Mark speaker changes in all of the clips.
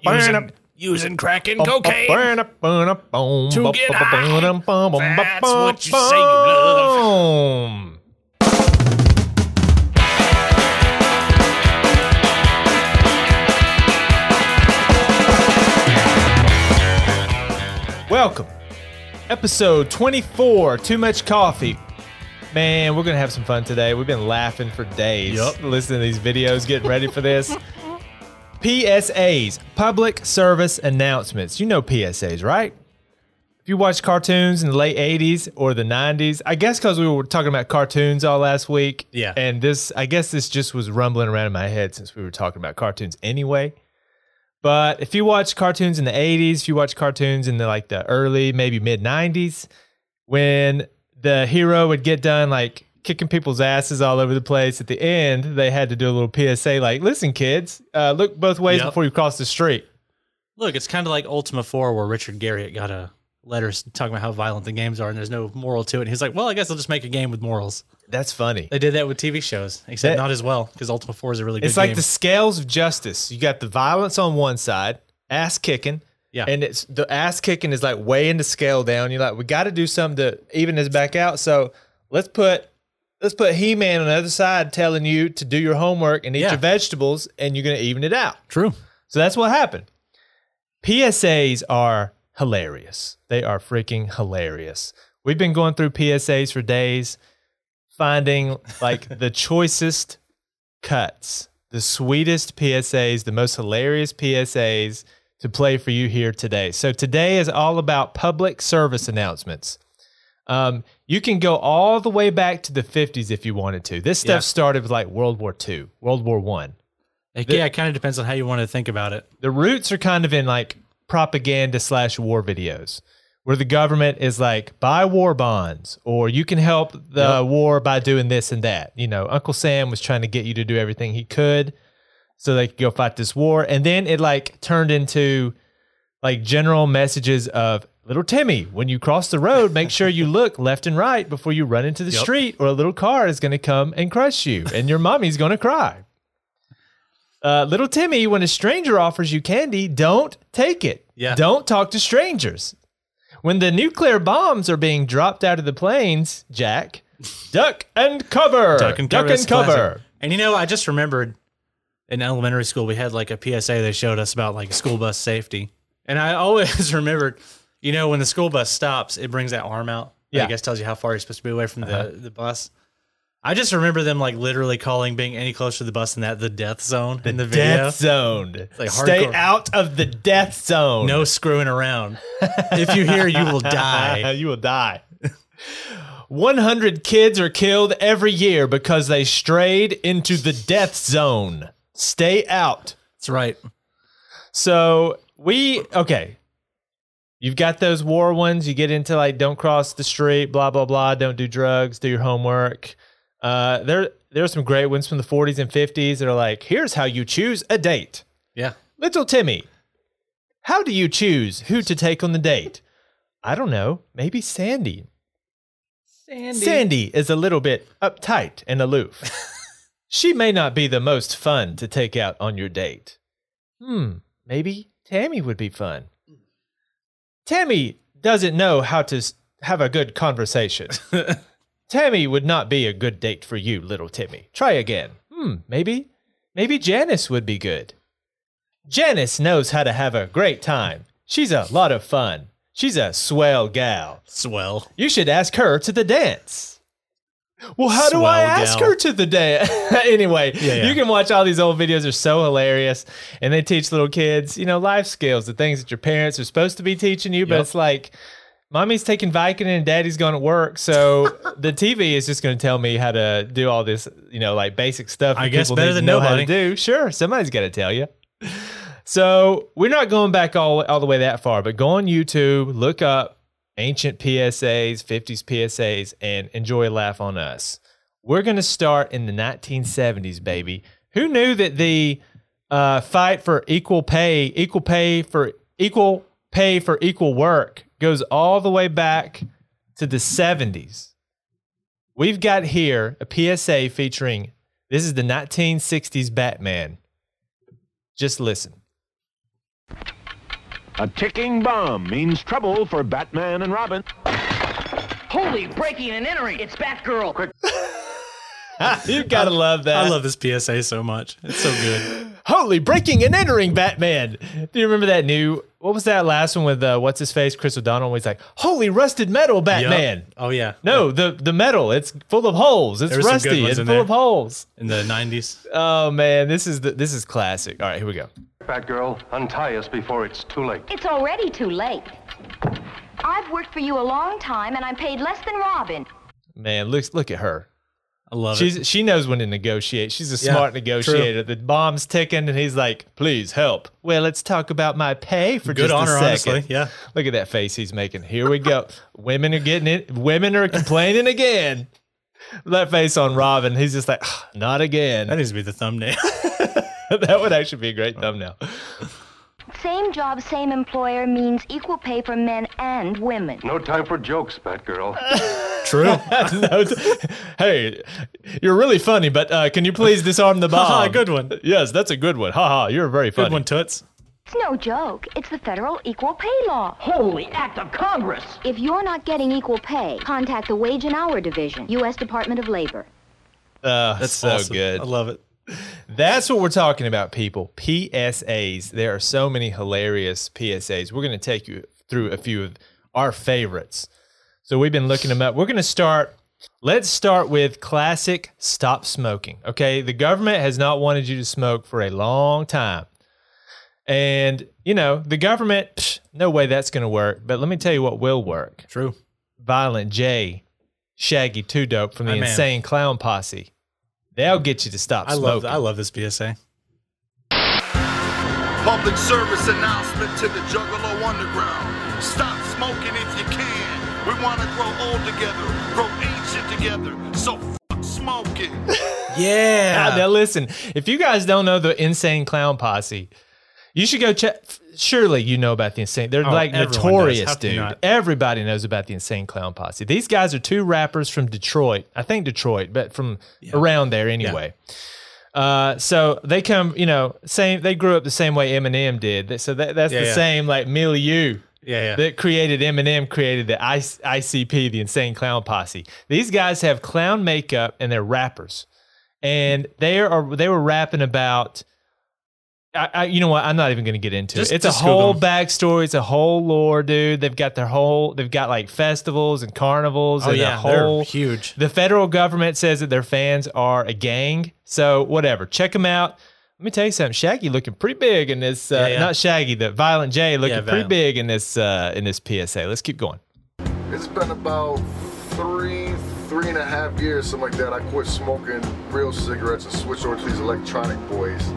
Speaker 1: Using, using crack and cocaine.
Speaker 2: To
Speaker 1: get high. That's what you say you love.
Speaker 2: Welcome. Episode 24, Too Much Coffee. Man, we're going to have some fun today. We've been laughing for days
Speaker 1: Yup.
Speaker 2: listening to these videos, getting ready for this. PSAs, public service announcements. You know PSAs, right? If you watch cartoons in the late 80s or the 90s, I guess because we were talking about cartoons all last week.
Speaker 1: Yeah.
Speaker 2: And this, I guess this just was rumbling around in my head since we were talking about cartoons anyway. But if you watch cartoons in the 80s, if you watch cartoons in the like the early, maybe mid 90s, when the hero would get done like kicking people's asses all over the place at the end, they had to do a little PSA like, listen, kids, uh, look both ways
Speaker 3: Yep.
Speaker 2: before you cross the street.
Speaker 3: Look, it's kind of like Ultima 4 where Richard Garriott got a letter s- talking about how violent the games are and there's no moral to it. And he's like, well, I guess I'll just make a game with morals.
Speaker 2: That's funny.
Speaker 3: They did that with TV shows, except
Speaker 2: That-
Speaker 3: not as well because Ultima 4 is a really good
Speaker 2: It's like
Speaker 3: game.
Speaker 2: the scales of justice. You got the violence on one side, ass kicking.
Speaker 3: Yeah.
Speaker 2: And it's the ass kicking is like weighing the scale down. You're like, we got to do something to even this back out. So let's put let's put He Man on the other side telling you to do your homework and eat
Speaker 3: Yeah.
Speaker 2: your vegetables, and you're gonna even it out.
Speaker 3: True.
Speaker 2: So that's what happened. PSAs are hilarious. They are freaking hilarious. We've been going through PSAs for days, finding like the choicest cuts, the sweetest PSAs, the most hilarious PSAs to play for you here today. So today is all about public service announcements. Um, you can go all the way back to the 50s if you wanted to. This stuff
Speaker 3: Yeah.
Speaker 2: started with like World War II, World War One
Speaker 3: Like, yeah, it kind of depends on how you want to think about it.
Speaker 2: the roots are kind of in like propaganda slash war videos where the government is like buy war bonds or you can help the war by doing this and that you know uncle sam was trying to get you to do everything he could so they could go fight this war and then it like turned into like general messages of little timmy when you cross the road make sure you look left and right before you run into the
Speaker 3: Yep.
Speaker 2: street or a little car is going to come and crush you and your mommy's going to cry uh, little Timmy, when a stranger offers you candy, don't take it.
Speaker 3: Yeah.
Speaker 2: Don't talk to strangers. When the nuclear bombs are being dropped out of the planes, Jack, duck and cover.
Speaker 3: Duck and cover.
Speaker 2: Duck
Speaker 3: is
Speaker 2: and cover.
Speaker 3: classic. And you know, I just remembered in elementary school we had like a PSA they showed us about like school bus safety, and I always remembered, you know, when the school bus stops, it brings that arm out.
Speaker 2: Yeah. Uh-huh.
Speaker 3: I guess tells you how far you're supposed to be away from the the bus. I just remember them like literally calling being any closer to the bus than that the death zone in the video.
Speaker 2: Death zone.
Speaker 3: like
Speaker 2: Stay
Speaker 3: hardcore.
Speaker 2: out of the death zone.
Speaker 3: No screwing around. if you hear, you will die.
Speaker 2: you will die. 100 kids are killed every year because they strayed into the death zone. Stay out.
Speaker 3: That's right.
Speaker 2: So we okay. You've got those war ones. You get into like don't cross the street, blah blah blah. Don't do drugs. Do your homework. Uh, there there are some great ones from the 40s and 50s that are like, here's how you choose a date.
Speaker 3: Yeah.
Speaker 2: Little Timmy, how do you choose who to take on the date? I don't know. Maybe Sandy. Sandy. is a little bit uptight and aloof. she may not be the most fun to take out on your date. Hmm, maybe Tammy would be fun. Tammy doesn't know how to s- have a good conversation. Tammy would not be a good date for you, little Timmy. Try again. Hmm, maybe maybe Janice would be good. Janice knows how to have a great time. She's a lot of fun. She's a swell gal.
Speaker 3: Swell.
Speaker 2: You should ask her to the dance. Well, how do I
Speaker 3: Swell
Speaker 2: ask
Speaker 3: gal.
Speaker 2: her to the dance? anyway,
Speaker 3: yeah.
Speaker 2: you can watch all these old videos. They're so hilarious. And they teach little kids, you know, life skills, the things that your parents are supposed to be teaching you. But
Speaker 3: Yep.
Speaker 2: it's like, mommy's taking Vicodin and daddy's going to work. So the TV is just going to tell me how to do all this, you know, like basic stuff.
Speaker 3: I
Speaker 2: that
Speaker 3: guess
Speaker 2: people
Speaker 3: better
Speaker 2: need to
Speaker 3: than
Speaker 2: know how to
Speaker 3: nobody.
Speaker 2: do. Sure, somebody's got to tell you. So we're not going back all all the way that far, but go on YouTube, look up ancient PSAs, 50s PSAs, and enjoy a laugh on us. We're going to start in the 1970s, baby. Who knew that the uh, fight for equal pay, equal pay for equal pay for equal work goes all the way back to the 70s? We've got here a PSA featuring this is the 1960s Batman. Just listen.
Speaker 4: A ticking bomb means trouble for Batman and Robin.
Speaker 5: Holy breaking and entering! It's Batgirl! Quick,
Speaker 2: you gotta love that.
Speaker 3: I love this PSA so much. It's so good.
Speaker 2: Holy breaking and entering Batman. Do you remember that new? What was that last one with uh, what's his face? Chris O'Donnell. He's like, holy rusted metal
Speaker 3: Yup.
Speaker 2: Batman.
Speaker 3: Oh yeah.
Speaker 2: No, the the metal. It's full of holes. It's
Speaker 3: There were some good
Speaker 2: rusty.
Speaker 3: ones
Speaker 2: It's
Speaker 3: in
Speaker 2: full
Speaker 3: there.
Speaker 2: of holes.
Speaker 3: In the nineties.
Speaker 2: Oh man, this is the this is classic. All right, here we go.
Speaker 6: Batgirl, untie us before it's too late.
Speaker 7: It's already too late. I've worked for you a long time and I'm paid less than Robin.
Speaker 2: Man, look look at her.
Speaker 3: I love it.
Speaker 2: She's she knows when to negotiate. She's a
Speaker 3: Yeah,
Speaker 2: smart negotiator. The bomb's ticking, and he's like, "Please help." Well, let's talk about my pay for
Speaker 3: Good
Speaker 2: just
Speaker 3: on
Speaker 2: a
Speaker 3: her,
Speaker 2: second.
Speaker 3: honestly. Yeah.
Speaker 2: Look at that face he's making. Here we go. women are getting it. Women are complaining again. That face on Robin. He's just like, "Ah, not
Speaker 3: That
Speaker 2: again.
Speaker 3: needs to be the thumbnail.
Speaker 2: that would actually be a great thumbnail.
Speaker 7: Same job, same employer means equal pay for men and women.
Speaker 6: No time for jokes, Batgirl.
Speaker 3: True.
Speaker 2: No, it's- hey, you're really funny, but uh, can you please disarm the bomb?
Speaker 3: good one.
Speaker 2: Yes, that's a good one. Ha ha, you're very funny.
Speaker 3: Good one, Toots.
Speaker 7: It's no joke. It's the federal equal pay law.
Speaker 5: holy act of Congress!
Speaker 7: If you're not getting equal pay, contact the Wage and Hour Division, U.S. Department of Labor.
Speaker 2: Uh,
Speaker 3: That's
Speaker 2: so
Speaker 3: awesome.
Speaker 2: good.
Speaker 3: I love it.
Speaker 2: That's what we're talking about, people. PSAs. There are so many hilarious PSAs. We're going to take you through a few of our favorites. So we've been looking them up. We're going to start. Let's start with classic stop smoking. Okay. The government has not wanted you to smoke for a long time. And, you know, the government, psh, no way that's going to work. But let me tell you what will work
Speaker 3: True.
Speaker 2: Violent J, Shaggy Two Dope from the
Speaker 3: My man.
Speaker 2: Insane Clown Posse. They'll get you to stop
Speaker 3: I
Speaker 2: smoking.
Speaker 3: love I love this PSA.
Speaker 8: Public service announcement to the Juggalo Underground. Stop smoking if you can. We want to grow old together, grow ancient together. So fuck smoking.
Speaker 2: Ah, now
Speaker 3: Yeah.
Speaker 2: listen, if you guys don't know the Insane Clown Posse, you should go check. Surely you know about the Insane. They're
Speaker 3: Oh,
Speaker 2: like
Speaker 3: everyone does.
Speaker 2: notorious,
Speaker 3: How can you
Speaker 2: dude.
Speaker 3: not?
Speaker 2: Everybody knows about the Insane Clown Posse. These guys are two rappers from Detroit. I think Detroit, but from around there anyway. Uh, so they come, you know, same. They grew up the same way Eminem did. So that, that's
Speaker 3: Yeah,
Speaker 2: the
Speaker 3: yeah.
Speaker 2: same like milieu
Speaker 3: Yeah, yeah.
Speaker 2: that created Eminem created the I- ICP, the Insane Clown Posse. These guys have clown makeup and they're rappers, and they are they were rapping about. I, I, you know what? I'm not even going to get into
Speaker 3: Just-
Speaker 2: it. It's a
Speaker 3: just Google
Speaker 2: whole
Speaker 3: them.
Speaker 2: backstory. It's a whole lore, dude. They've got their whole. They've got like festivals and carnivals
Speaker 3: Oh
Speaker 2: and
Speaker 3: yeah.
Speaker 2: a whole
Speaker 3: They're huge.
Speaker 2: the federal government says that their fans are a gang. So whatever, check them out. Let me tell you something. Shaggy looking pretty big in this. Uh,
Speaker 3: Yeah, yeah.
Speaker 2: Not Shaggy, the Violent J looking
Speaker 3: Yeah,
Speaker 2: pretty
Speaker 3: Violent.
Speaker 2: big in this uh, in this PSA. Let's keep going.
Speaker 9: It's been about three, three and a half years, something like that. I quit smoking real cigarettes and switched over to these electronic boys.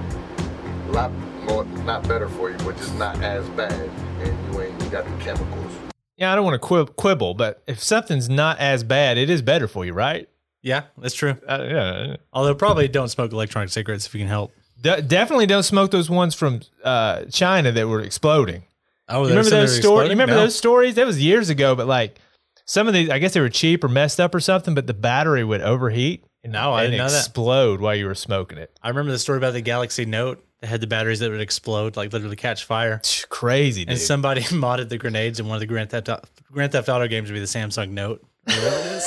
Speaker 9: A lot more, not better for you, but just not as bad. And you ain't got the chemicals.
Speaker 2: Yeah, I don't want to quib- quibble, but if something's not as bad, it is better for you, right?
Speaker 3: Yeah, that's true.
Speaker 2: Uh, yeah.
Speaker 3: Although probably don't smoke electronic cigarettes if you can help.
Speaker 2: De- definitely don't smoke those ones from uh, China that were exploding.
Speaker 3: Oh,
Speaker 2: You remember those stories? You remember those stories? That was years ago, but like some of these, I guess they were cheap or messed up or something, but the battery would overheat and,
Speaker 3: No, I
Speaker 2: and
Speaker 3: didn't know that.
Speaker 2: explode while you were smoking it.
Speaker 3: I remember the story about the Galaxy Note that had the batteries that would explode, like literally catch fire.
Speaker 2: Tch, Crazy, dude.
Speaker 3: And somebody modded the grenades in one of the Grand Theft Auto, Grand Theft Auto games to be the Samsung Note. or whatever it is.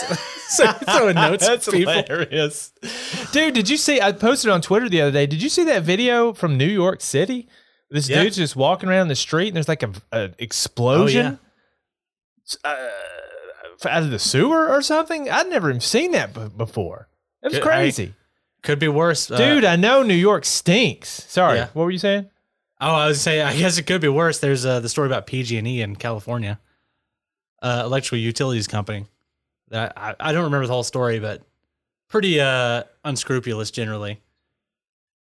Speaker 3: so you're throwing notes
Speaker 2: That's
Speaker 3: at people.
Speaker 2: hilarious. Dude, did you see? I posted on Twitter the other day. Did you see that video from New York City? This
Speaker 3: Yeah.
Speaker 2: dude's just walking around the street and there's like a, a explosion.
Speaker 3: Oh,
Speaker 2: uh, f- out of the sewer or something. I'd never even seen that b- before. It was
Speaker 3: Good-
Speaker 2: crazy.
Speaker 3: Could be worse. uh,
Speaker 2: Dude, I know New York stinks. Sorry,
Speaker 3: Yeah.
Speaker 2: what were you saying?
Speaker 3: Oh, I was saying, I guess it could be worse. There's uh, the story about PG&E in California, uh, electrical utilities company. That I, I don't remember the whole story, but pretty uh, unscrupulous generally.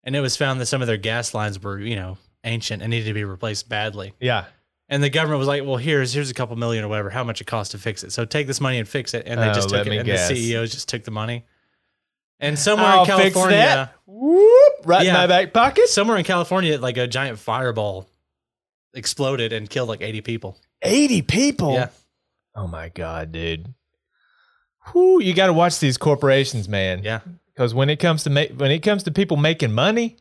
Speaker 3: And it was found that some of their gas lines were, you know, ancient and needed to be replaced badly.
Speaker 2: Yeah.
Speaker 3: And the government was like, "Well, here's here's a couple million or whatever, how much it costs to fix it. So take this money and fix it." And they
Speaker 2: Oh,
Speaker 3: just
Speaker 2: let
Speaker 3: took it,
Speaker 2: me
Speaker 3: and
Speaker 2: guess.
Speaker 3: the CEOs just took the money. And somewhere
Speaker 2: I'll
Speaker 3: in California,
Speaker 2: fix that. Whoop, right in
Speaker 3: Yeah.
Speaker 2: my back pocket.
Speaker 3: somewhere in California, like a giant fireball exploded and
Speaker 2: Oh.
Speaker 3: killed like 80 people.
Speaker 2: 80 people.
Speaker 3: Yeah.
Speaker 2: Oh my God, dude. Whew, you got to watch these corporations, man.
Speaker 3: Yeah.
Speaker 2: Because when it comes to ma- when it comes to people making money,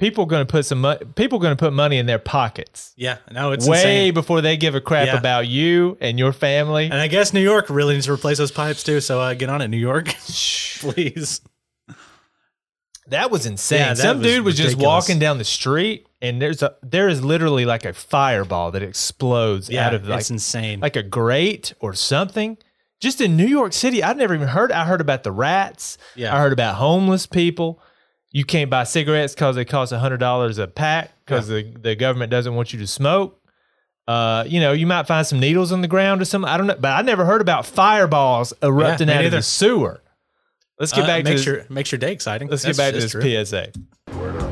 Speaker 2: people going to put some mo- people going to put money in their pockets
Speaker 3: Yeah. No, it's
Speaker 2: way
Speaker 3: insane.
Speaker 2: before they give a crap
Speaker 3: Yeah.
Speaker 2: about you and your family.
Speaker 3: And I guess New York really needs to replace those pipes too. So uh, get on it, New York, please.
Speaker 2: That was insane.
Speaker 3: Yeah, that
Speaker 2: Some
Speaker 3: was
Speaker 2: dude was just
Speaker 3: ridiculous.
Speaker 2: walking down the street, and there's a there is literally like a fireball that explodes
Speaker 3: Yeah,
Speaker 2: out of like
Speaker 3: it's insane.
Speaker 2: like a grate or something. Just in New York City, I'd never even heard. I heard about the rats.
Speaker 3: Yeah.
Speaker 2: I heard about homeless people. You can't buy cigarettes because they cost hundred dollars a pack because the, the government doesn't want you to smoke. Uh, you know, you might find some needles on the ground or something. I don't know, but I never heard about fireballs erupting
Speaker 3: me
Speaker 2: out of
Speaker 3: neither.
Speaker 2: the sewer. Let's get
Speaker 3: Uh,
Speaker 2: back to
Speaker 3: makes
Speaker 2: this-
Speaker 3: your makes your day exciting.
Speaker 2: Let's
Speaker 3: That's-
Speaker 2: get back to
Speaker 3: that's
Speaker 2: this
Speaker 3: true.
Speaker 2: PSA.
Speaker 9: Word up.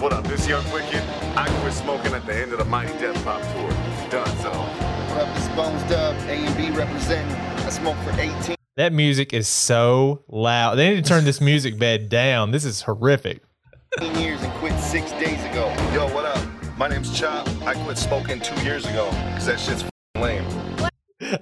Speaker 8: What up, this young wicked? I quit smoking at the end of the Mighty Death Pop tour. Done so.
Speaker 10: What up, this Bones Dub, A and B representing. I smoked for 18
Speaker 2: That music is so loud. They need to turn this music bed down. This is horrific.
Speaker 10: years and quit six days ago.
Speaker 8: Yo, what up? My name's Chop. I quit smoking two years ago because that shit's f***ing lame.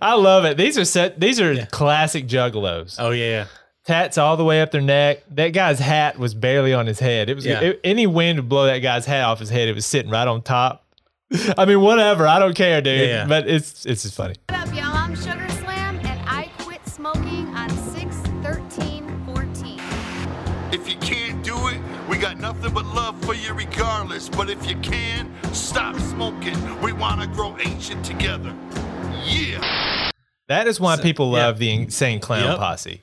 Speaker 2: I love it. These are set. These are classic juggalos.
Speaker 3: Oh yeah, yeah.
Speaker 2: Tats all the way up their neck. That guy's hat was barely on his head. It was
Speaker 3: Yeah.
Speaker 2: it- any wind would blow that guy's hat off his head. It was sitting right on top. I mean, whatever. I don't care, dude.
Speaker 3: Yeah, yeah.
Speaker 2: But it's it's just funny.
Speaker 11: What up, y'all? I'm Sugar Slam, and I quit smoking on 6 13 14.
Speaker 8: If you can't do it, we got nothing but love for you regardless. But if you can, stop smoking. We want to grow ancient together. Yeah.
Speaker 2: That is why people
Speaker 3: yeah.
Speaker 2: love the insane clown
Speaker 3: Yep.
Speaker 2: posse.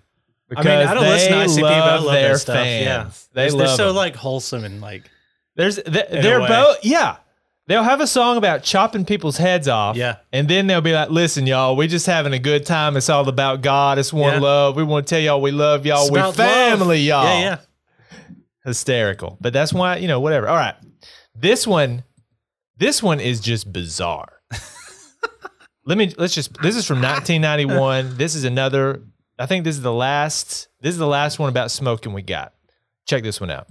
Speaker 3: I mean, I don't listen to ICP, but I love
Speaker 2: their
Speaker 3: their stuff.
Speaker 2: fans.
Speaker 3: Yeah,
Speaker 2: They
Speaker 3: they're,
Speaker 2: love
Speaker 3: they're so
Speaker 2: them.
Speaker 3: like wholesome and like
Speaker 2: There's th- they're
Speaker 3: way.
Speaker 2: both yeah. They'll have a song about chopping people's heads off.
Speaker 3: Yeah.
Speaker 2: And then they'll be like, listen, y'all, we just having a good time. It's all about God. It's one
Speaker 3: Yeah.
Speaker 2: love. We want to tell y'all we love y'all.
Speaker 3: It's
Speaker 2: We
Speaker 3: about
Speaker 2: Oh, family, y'all.
Speaker 3: love. Yeah, yeah.
Speaker 2: Hysterical. But that's why, you know, whatever. All right. This one, this one is just bizarre. Let me let's just this is from 1991. This is another, I think this is the last, this is the last one about smoking we got. Check this one out.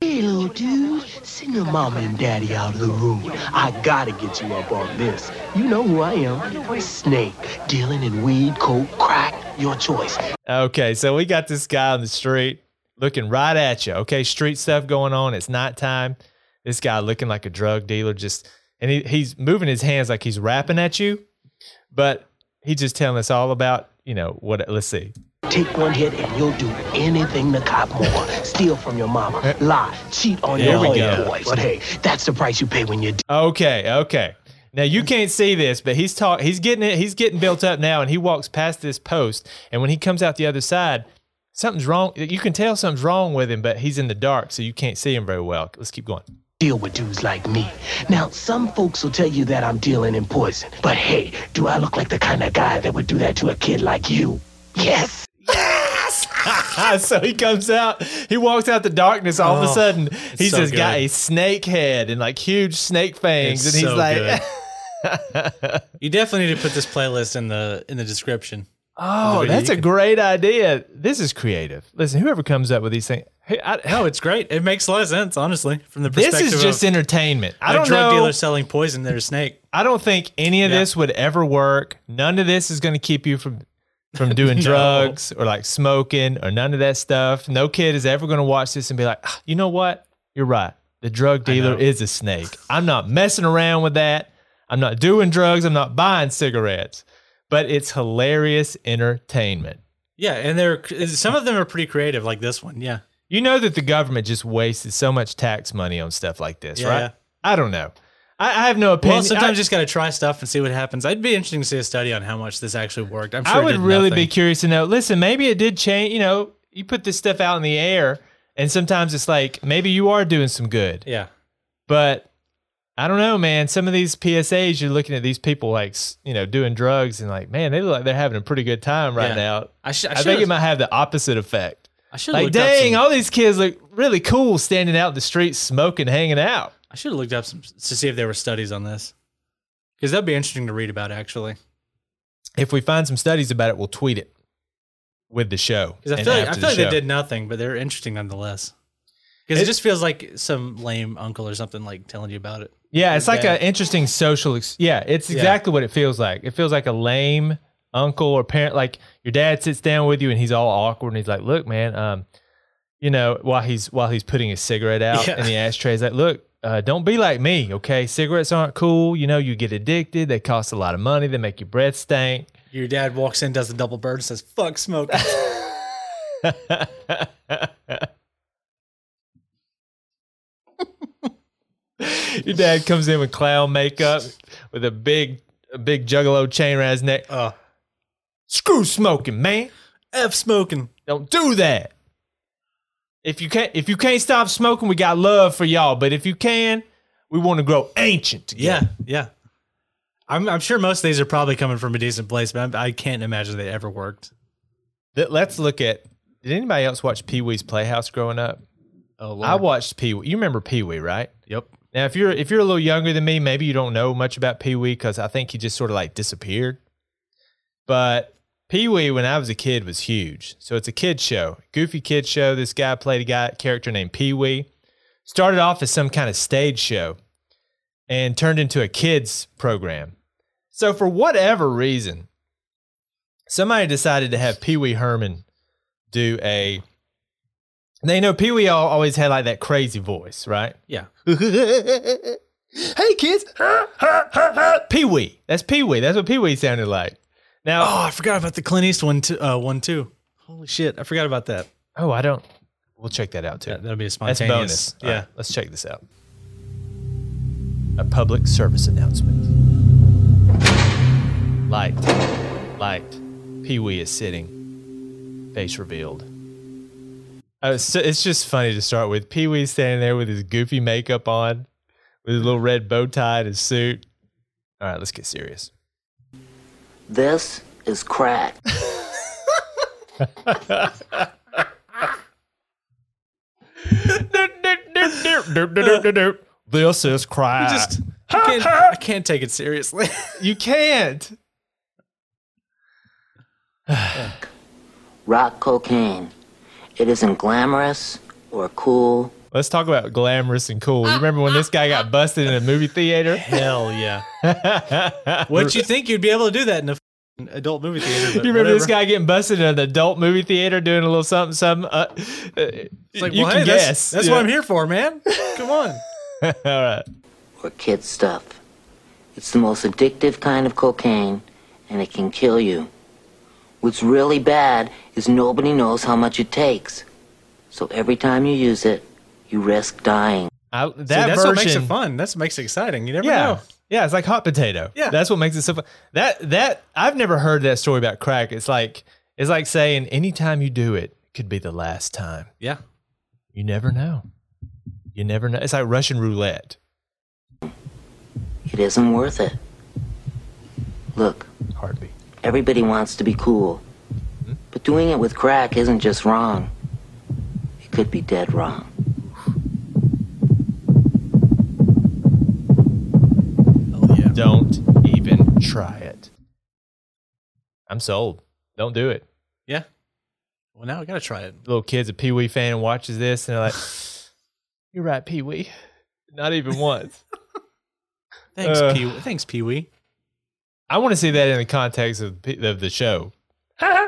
Speaker 5: Hey, little dude, send your mama and daddy out of the room. I gotta get you up on this. You know who I am. Snake, dealing in weed, coke, crack, your choice.
Speaker 2: Okay, so we got this guy on the street looking right at you. Okay, street stuff going on. It's nighttime. This guy looking like a drug dealer, just and he, he's moving his hands like he's rapping at you, but he just telling us all about you know what. Let's see.
Speaker 5: Take one hit and you'll do anything to cop more. Steal from your mama, lie, cheat on your
Speaker 2: Here we go.
Speaker 5: homeboys. But hey, that's the price you pay when you do.
Speaker 2: Okay, okay. Now you can't see this, but he's talk. He's getting it. He's getting built up now, and he walks past this post. And when he comes out the other side, something's wrong. You can tell something's wrong with him, but he's in the dark, so you can't see him very well. Let's keep going.
Speaker 5: deal with dudes like me. Now, some folks will tell you that I'm dealing in poison, but hey, do I look like the kind of guy that would do that to a kid like you? Yes.
Speaker 2: so he comes out, he walks out the darkness. All of a
Speaker 3: Oh,
Speaker 2: sudden, he's
Speaker 3: so
Speaker 2: just got
Speaker 3: good.
Speaker 2: a snake head and like huge snake fangs,
Speaker 3: It's
Speaker 2: and he's
Speaker 3: so
Speaker 2: like,
Speaker 3: good. You definitely need to put this playlist in the in the description.
Speaker 2: "Oh,
Speaker 3: video
Speaker 2: that's
Speaker 3: you
Speaker 2: a great idea. This is creative." Listen, whoever comes up with these things, hey, I,
Speaker 3: No, it's great. It makes a lot of sense, honestly, from the
Speaker 2: this
Speaker 3: perspective
Speaker 2: is just
Speaker 3: of
Speaker 2: entertainment. I
Speaker 3: a
Speaker 2: don't
Speaker 3: drug
Speaker 2: know.
Speaker 3: dealer selling poison. There's a snake.
Speaker 2: I don't think any of
Speaker 3: Yeah.
Speaker 2: this would ever work. None of this is going to keep you from from doing
Speaker 3: No.
Speaker 2: drugs or like smoking or none of that stuff. No kid is ever going to watch this and be like, "Ah, you know what? You're right. The drug dealer
Speaker 3: know.
Speaker 2: is a snake. I'm not messing around with that. I'm not doing drugs. I'm not buying cigarettes. But it's hilarious entertainment.
Speaker 3: Yeah, and they're some of them are pretty creative, like this one. Yeah,
Speaker 2: You know that the government just wasted so much tax money on stuff like this,
Speaker 3: Yeah,
Speaker 2: right?
Speaker 3: yeah.
Speaker 2: I don't know. I, I have no opinion.
Speaker 3: Well, sometimes
Speaker 2: I-
Speaker 3: you just got to try stuff and see what happens. I'd be interesting to see a study on how much this actually worked. I'm sure
Speaker 2: I
Speaker 3: it
Speaker 2: would
Speaker 3: did
Speaker 2: really be
Speaker 3: nothing.
Speaker 2: curious to know. Listen, maybe it did change. You know, you put this stuff out in the air, and sometimes it's like maybe you are doing some good,
Speaker 3: Yeah,
Speaker 2: but I don't know, man. Some of these PSAs, you're looking at these people like s- you know doing drugs, and like, man, they look like they're having a pretty good time right
Speaker 3: Yeah.
Speaker 2: now.
Speaker 3: I should. I,
Speaker 2: I,
Speaker 3: should
Speaker 2: think it might have the opposite effect.
Speaker 3: I should
Speaker 2: Like, dang, all these kids look really cool standing out in the street, smoking, hanging out.
Speaker 3: I should have looked up some to see if there were studies on this because that'd be interesting to read about actually.
Speaker 2: If we find some studies about it, we'll tweet it with the show.
Speaker 3: Because I
Speaker 2: and
Speaker 3: feel like, I
Speaker 2: after the
Speaker 3: feel like they
Speaker 2: show.
Speaker 3: did nothing, but they're interesting nonetheless. Because it,
Speaker 2: It-
Speaker 3: just feels like some lame uncle or something like telling you about it.
Speaker 2: Yeah, it's like
Speaker 3: bad.
Speaker 2: an interesting social. Ex- yeah, it's
Speaker 3: Yeah.
Speaker 2: exactly what it feels like. It feels like a lame uncle or parent, like your dad sits down with you and he's all awkward and he's like, "Look, man, um, you know, while he's while he's putting his cigarette out
Speaker 3: Yeah.
Speaker 2: in the ashtray, he's like, look, uh, don't be like me, okay? Cigarettes aren't cool. You know, you get addicted. They cost a lot of money. They make your breath stink.
Speaker 3: Your dad walks in, does the double bird, and says, "Fuck smoking."
Speaker 2: Your dad comes in with clown makeup, with a big, a big juggalo chain around his neck. Screw smoking, man.
Speaker 3: F smoking.
Speaker 2: Don't do that. If you can't, if you can't stop smoking, we got love for y'all. But if you can, we want to grow ancient.
Speaker 3: yeah, yeah. I'm, I'm sure most of these are probably coming from a decent place, but I'm, I can't imagine they ever worked.
Speaker 2: Th- Let's look at. Did anybody else watch Pee Wee's Playhouse growing up?
Speaker 3: Oh,
Speaker 2: I watched Pee Wee. You remember Pee Wee, right?
Speaker 3: Yep.
Speaker 2: Now, if you're if you're a little younger than me, maybe you don't know much about Pee Wee because I think he just sort of like disappeared. But Pee Wee, when I was a kid, was huge. So it's a kid show, goofy kid show. This guy played a guy character named Pee Wee. Started off as some kind of stage show, and turned into a kids program. So for whatever reason, somebody decided to have Pee Wee Herman do a. They know Pee Wee al- always had like that crazy voice, right?
Speaker 3: Yeah.
Speaker 2: hey kids, Pee Wee. That's Pee Wee. That's what Pee Wee sounded like. Now,
Speaker 3: oh, I forgot about the Clint Eastwood one too. Uh, one too. Holy shit, I forgot about that.
Speaker 2: Oh, I don't. We'll check that out too.
Speaker 3: That, will be a
Speaker 2: That's
Speaker 3: spontaneous.
Speaker 2: bonus. All
Speaker 3: Yeah.
Speaker 2: right, let's check this out. A public service announcement. Light, light. Pee Wee is sitting, face revealed. Oh, it's, it's just funny to start with. Pee Wee's standing there with his goofy makeup on, with his little red bow tie and his suit. All right, let's get serious.
Speaker 12: This is crack.
Speaker 2: This is crap.
Speaker 3: Just, I, can't, I can't take it seriously.
Speaker 2: you can't.
Speaker 12: Rock cocaine. It isn't glamorous or cool.
Speaker 2: Let's talk about glamorous and cool. You remember when this guy got busted in a movie theater?
Speaker 3: Hell yeah. What'd you think you'd be able to do that in a f***ing adult movie theater?
Speaker 2: You
Speaker 3: but
Speaker 2: remember this
Speaker 3: whatever.
Speaker 2: guy getting busted in an adult movie theater doing a little something, something? Uh, it's
Speaker 3: It's like,
Speaker 2: you
Speaker 3: well,
Speaker 2: can
Speaker 3: hey, that's-
Speaker 2: guess.
Speaker 3: That's, what I'm here for, man. Come on.
Speaker 2: I'm here. All right.
Speaker 12: Or kid stuff. It's the most addictive kind of cocaine, and it can kill you. What's really bad is nobody knows how much it takes. So every time you use it, you risk dying.
Speaker 2: I, that
Speaker 3: See, that's
Speaker 2: version,
Speaker 3: what makes it fun. That's what makes it exciting. You never
Speaker 2: yeah,
Speaker 3: know.
Speaker 2: yeah, it's like hot potato.
Speaker 3: Yeah.
Speaker 2: that's what makes it so fun. That that I've never heard that story about crack. It's like it's like saying anytime you do it could be the last time.
Speaker 3: Yeah.
Speaker 2: You never know. You never know. It's like Russian roulette.
Speaker 12: It isn't worth it. Look,
Speaker 2: Hardly.
Speaker 12: everybody wants to be cool. But doing it with crack isn't just wrong, it could be dead wrong.
Speaker 2: Don't even try it. I'm sold. Don't do it.
Speaker 3: Yeah. Well, now I got to try it.
Speaker 2: Little kid's a Pee Wee fan and watches this and they're like, You're right, Pee Wee. Not even once.
Speaker 3: Thanks,
Speaker 2: Uh.
Speaker 3: Pee. Thanks, Pee Wee.
Speaker 2: I want to see that in the context of, P- of the show. Uh,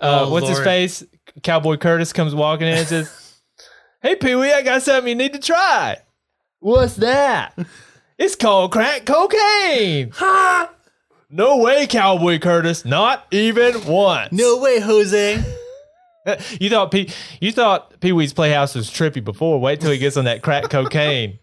Speaker 3: Oh,
Speaker 2: what's his
Speaker 3: Lord.
Speaker 2: face? Cowboy Curtis comes walking in and says, Hey, Pee Wee, I got something you need to try. What's that? It's called crack cocaine. no way, Cowboy Curtis. Not even once.
Speaker 3: No way, Jose.
Speaker 2: you thought Pee you thought Pee Wee's Playhouse was trippy before. Wait till he gets on that crack cocaine.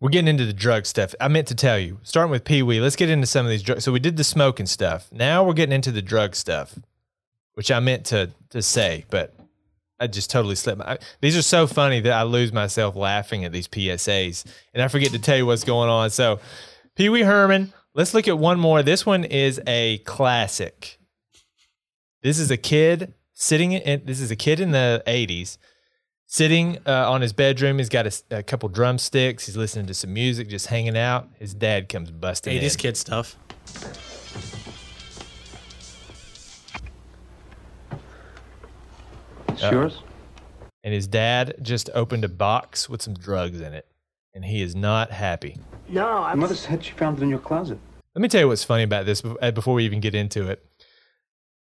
Speaker 2: We're getting into the drug stuff. I meant to tell you, starting with Pee Wee, let's get into some of these drugs. So we did the smoking stuff. Now we're getting into the drug stuff, which I meant to to say, but I just totally slipped. My, I- these are so funny that I lose myself laughing at these PSAs, and I forget to tell you what's going on. So, Pee Wee Herman. Let's look at one more. This one is a classic. This is a kid sitting in. This is a kid in the '80s sitting uh, on his bedroom. He's got a, s- a couple drumsticks. He's listening to some music, just hanging out. His dad comes busting in.
Speaker 3: 80s kid stuff.
Speaker 6: It's yours?
Speaker 2: And his dad just opened a box with some drugs in it, and he is not happy.
Speaker 13: No,
Speaker 3: Oh,
Speaker 13: I mother said she found it in your closet.
Speaker 2: Let me tell you what's funny about this bef- uh, before we even get into it.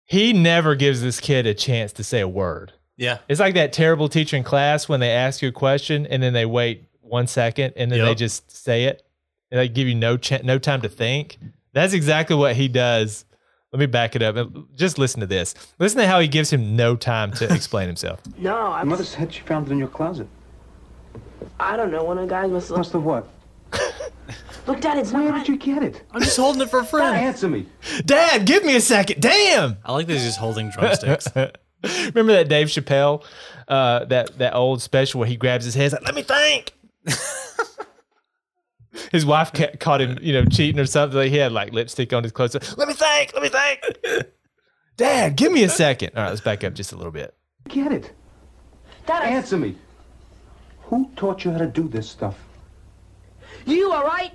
Speaker 2: He never gives this kid a chance to say a word.
Speaker 3: Yeah.
Speaker 2: It's like that terrible teacher in class when they ask you a question and then they wait one second and then they
Speaker 3: Yep.
Speaker 2: just say it and they give you no cha- no time to think. That's exactly what he does. Let me back it up. Uh, Just listen to this. Listen to how he gives him no time to explain himself.
Speaker 13: No, I mother said she found it in your closet.
Speaker 14: I don't know. One of the guys must have. Must
Speaker 13: have what?
Speaker 14: Look, Dad, it's
Speaker 13: Where did you get it?
Speaker 3: I'm just holding it for a friend.
Speaker 13: Answer me.
Speaker 2: Dad, give me a second. Damn.
Speaker 3: I like that he's just holding drumsticks.
Speaker 2: Remember that Dave Chappelle, uh, that that old special where he grabs his head, he's like, let me think. his wife ca- caught him, you know, cheating or something. Like he had like lipstick on his clothes. Let me think. Let me think. Dad, give me a second. All right, let's back up just a little bit.
Speaker 13: Get it.
Speaker 14: Dad, I-
Speaker 13: Answer me. Who taught you how to do this stuff?
Speaker 14: you all right?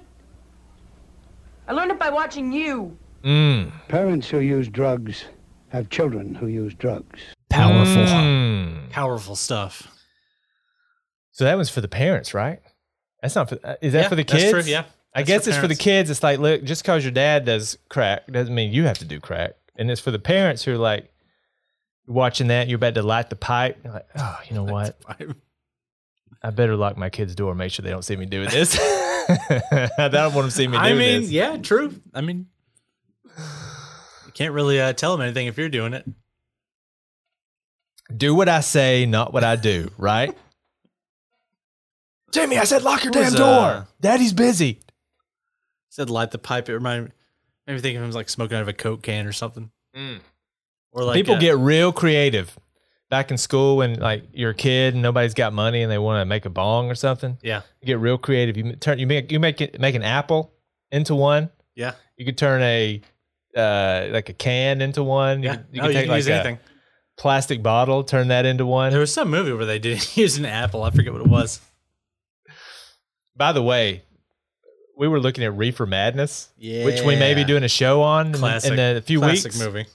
Speaker 14: I learned it by watching you.
Speaker 15: Parents who use drugs have children who use drugs.
Speaker 3: Powerful. Powerful stuff.
Speaker 2: So that one's for the parents, right? That's not for. uh, Is that
Speaker 3: Yeah,
Speaker 2: for the
Speaker 3: that's
Speaker 2: kids?
Speaker 3: true, yeah.
Speaker 2: I
Speaker 3: That's
Speaker 2: guess
Speaker 3: for
Speaker 2: it's for the
Speaker 3: parents.
Speaker 2: kids. It's like, look, just because your dad does crack doesn't mean you have to do crack. And it's for the parents who are like watching that. You're about to light the pipe. You're like, oh, you know what? I better lock my kid's door. and Make sure they don't see me doing this. I don't want them to see me.
Speaker 3: I
Speaker 2: doing
Speaker 3: mean,
Speaker 2: this.
Speaker 3: yeah, true. I mean, you can't really uh, tell him anything if you're doing it.
Speaker 2: do what I say, not what I do. Right? Jamie, I said lock your
Speaker 3: What was,
Speaker 2: damn door.
Speaker 3: uh,
Speaker 2: Daddy's busy.
Speaker 3: said light the pipe. It reminded made me think of him as like smoking out of a coke can or something.
Speaker 2: Mm.
Speaker 3: Or like
Speaker 2: people
Speaker 3: uh,
Speaker 2: get real creative back in school when like you're a kid and nobody's got money and they want to make a bong or something
Speaker 3: Yeah.
Speaker 2: you get real creative you m- turn you make you make it make an apple into one
Speaker 3: Yeah.
Speaker 2: you could turn a uh like a can into one
Speaker 3: Yeah.
Speaker 2: you could, you
Speaker 3: No,
Speaker 2: could
Speaker 3: you
Speaker 2: take
Speaker 3: can
Speaker 2: like
Speaker 3: use
Speaker 2: a
Speaker 3: anything.
Speaker 2: plastic bottle turn that into one
Speaker 3: There was some movie where they did use an apple. I forget what it was.
Speaker 2: by the way we were looking at reefer madness which we may be
Speaker 3: Yeah.
Speaker 2: doing a show on in-
Speaker 3: Classic.
Speaker 2: in, a few
Speaker 3: classic
Speaker 2: weeks
Speaker 3: movie.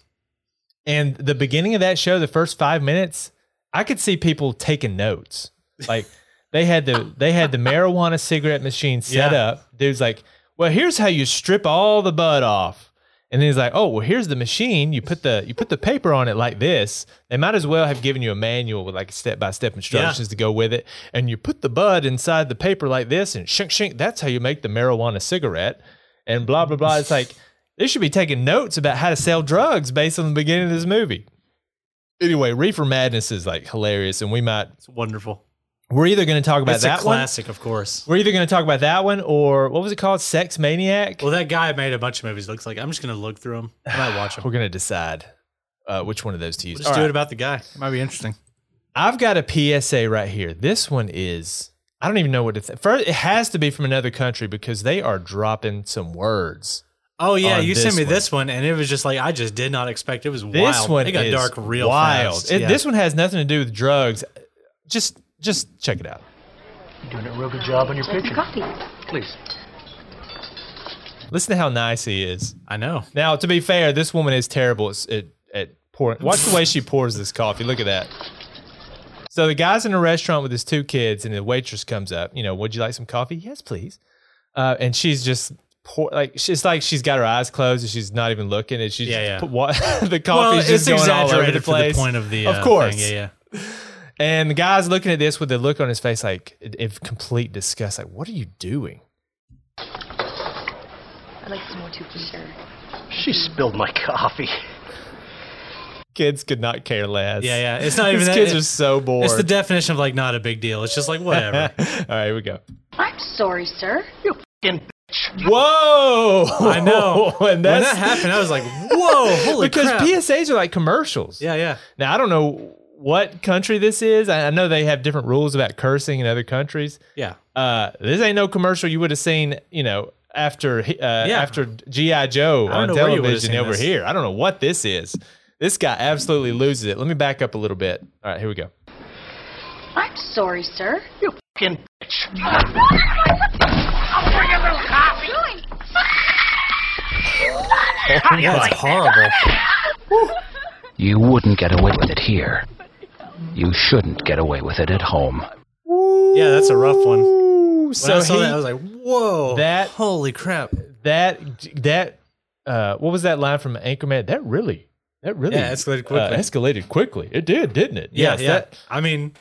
Speaker 2: And the beginning of that show, the first five minutes, I could see people taking notes. Like they had the they had the marijuana cigarette machine set
Speaker 3: Yeah.
Speaker 2: up. Dude's like, well, here's how you strip all the bud off. And then he's like, oh, well, here's the machine. You put the you put the paper on it like this. They might as well have given you a manual with like step by step instructions to go with it. And you put the bud inside the paper like this, and shink shink. That's how you make the marijuana cigarette. And blah blah blah. It's like they should be taking notes about how to sell drugs based on the beginning of this movie. Anyway, Reefer Madness is like hilarious, and we might. It's
Speaker 3: wonderful.
Speaker 2: We're either going to talk about
Speaker 3: It's
Speaker 2: that
Speaker 3: a
Speaker 2: one.
Speaker 3: classic, of course.
Speaker 2: We're either going to talk about that one or what was it called? Sex Maniac.
Speaker 3: Well, that guy made a bunch of movies. Looks like I'm just gonna look through them. I might watch them.
Speaker 2: We're going to decide uh, which one of those to use.
Speaker 3: Just
Speaker 2: All
Speaker 3: do
Speaker 2: right.
Speaker 3: it about the guy. It might be interesting.
Speaker 2: I've got a PSA right here. This one is I don't even know what to think. First, it has to be from another country because they are dropping some words.
Speaker 3: Oh yeah,
Speaker 2: on
Speaker 3: you sent
Speaker 2: this
Speaker 3: me
Speaker 2: one.
Speaker 3: this one, and it was just like I just did not expect. It was
Speaker 2: This
Speaker 3: wild.
Speaker 2: one
Speaker 3: it got
Speaker 2: is
Speaker 3: dark real
Speaker 2: wild.
Speaker 3: fast.
Speaker 2: It-
Speaker 3: Yeah.
Speaker 2: This one has nothing to do with drugs. Just just check it out.
Speaker 16: Doing a real good job on your picture. Please.
Speaker 2: Listen to how nice he is.
Speaker 3: I know.
Speaker 2: Now, to be fair, this woman is terrible at, at, at pouring. Watch the way she pours this coffee. Look at that. So the guy's in a restaurant with his two kids, and the waitress comes up. You know, would you like some coffee? Yes, please. Uh, and she's just pour like she- it's like she's got her eyes closed and she's not even looking. And she's
Speaker 3: Yeah, yeah.
Speaker 2: put wa- the coffee's
Speaker 3: Well,
Speaker 2: just
Speaker 3: it's
Speaker 2: going all over the
Speaker 3: exaggerated for the
Speaker 2: place.
Speaker 3: point of the, uh,
Speaker 2: of course,
Speaker 3: thing. Yeah,
Speaker 2: And the guy's looking at this with the look on his face like in- in complete disgust. Like, what are you doing?
Speaker 16: I'd like some more too, please.
Speaker 2: She spilled my coffee. Kids could not care less.
Speaker 3: yeah, yeah. It's not even
Speaker 2: These
Speaker 3: that.
Speaker 2: kids
Speaker 3: it-
Speaker 2: are so bored.
Speaker 3: It's the definition of like not a big deal. It's just like whatever.
Speaker 2: All right, here we go.
Speaker 16: I'm sorry, sir. You fucking bitch.
Speaker 2: Whoa!
Speaker 3: I know.
Speaker 2: and
Speaker 3: when
Speaker 2: that's,
Speaker 3: that happened, I was like, "Whoa, holy
Speaker 2: because
Speaker 3: crap!"
Speaker 2: PSAs are like commercials.
Speaker 3: Yeah, yeah.
Speaker 2: Now I don't know what country this is. I, I know they have different rules about cursing in other countries.
Speaker 3: Yeah.
Speaker 2: Uh, this ain't no commercial you would have seen. You know, after uh, after GI Joe
Speaker 3: I
Speaker 2: on
Speaker 3: don't know where you would've
Speaker 2: television
Speaker 3: seen
Speaker 2: over
Speaker 3: this.
Speaker 2: here. I don't know what this is. This guy absolutely loses it. Let me back up a little bit. All right, here we go.
Speaker 16: I'm sorry, sir. You fucking bitch. I'll bring a little coffee.
Speaker 17: That's horrible. You wouldn't get away with it here. You shouldn't get away with it at home.
Speaker 3: Yeah, that's a rough one. When
Speaker 2: so
Speaker 3: I saw
Speaker 2: he-
Speaker 3: that, I was like, Whoa.
Speaker 2: That
Speaker 3: holy crap.
Speaker 2: That that uh what was that line from Anchorman? That really that really
Speaker 3: Yeah, escalated quickly.
Speaker 2: uh, escalated quickly. It did, didn't it?
Speaker 3: Yeah, yeah.
Speaker 2: that-
Speaker 3: I mean,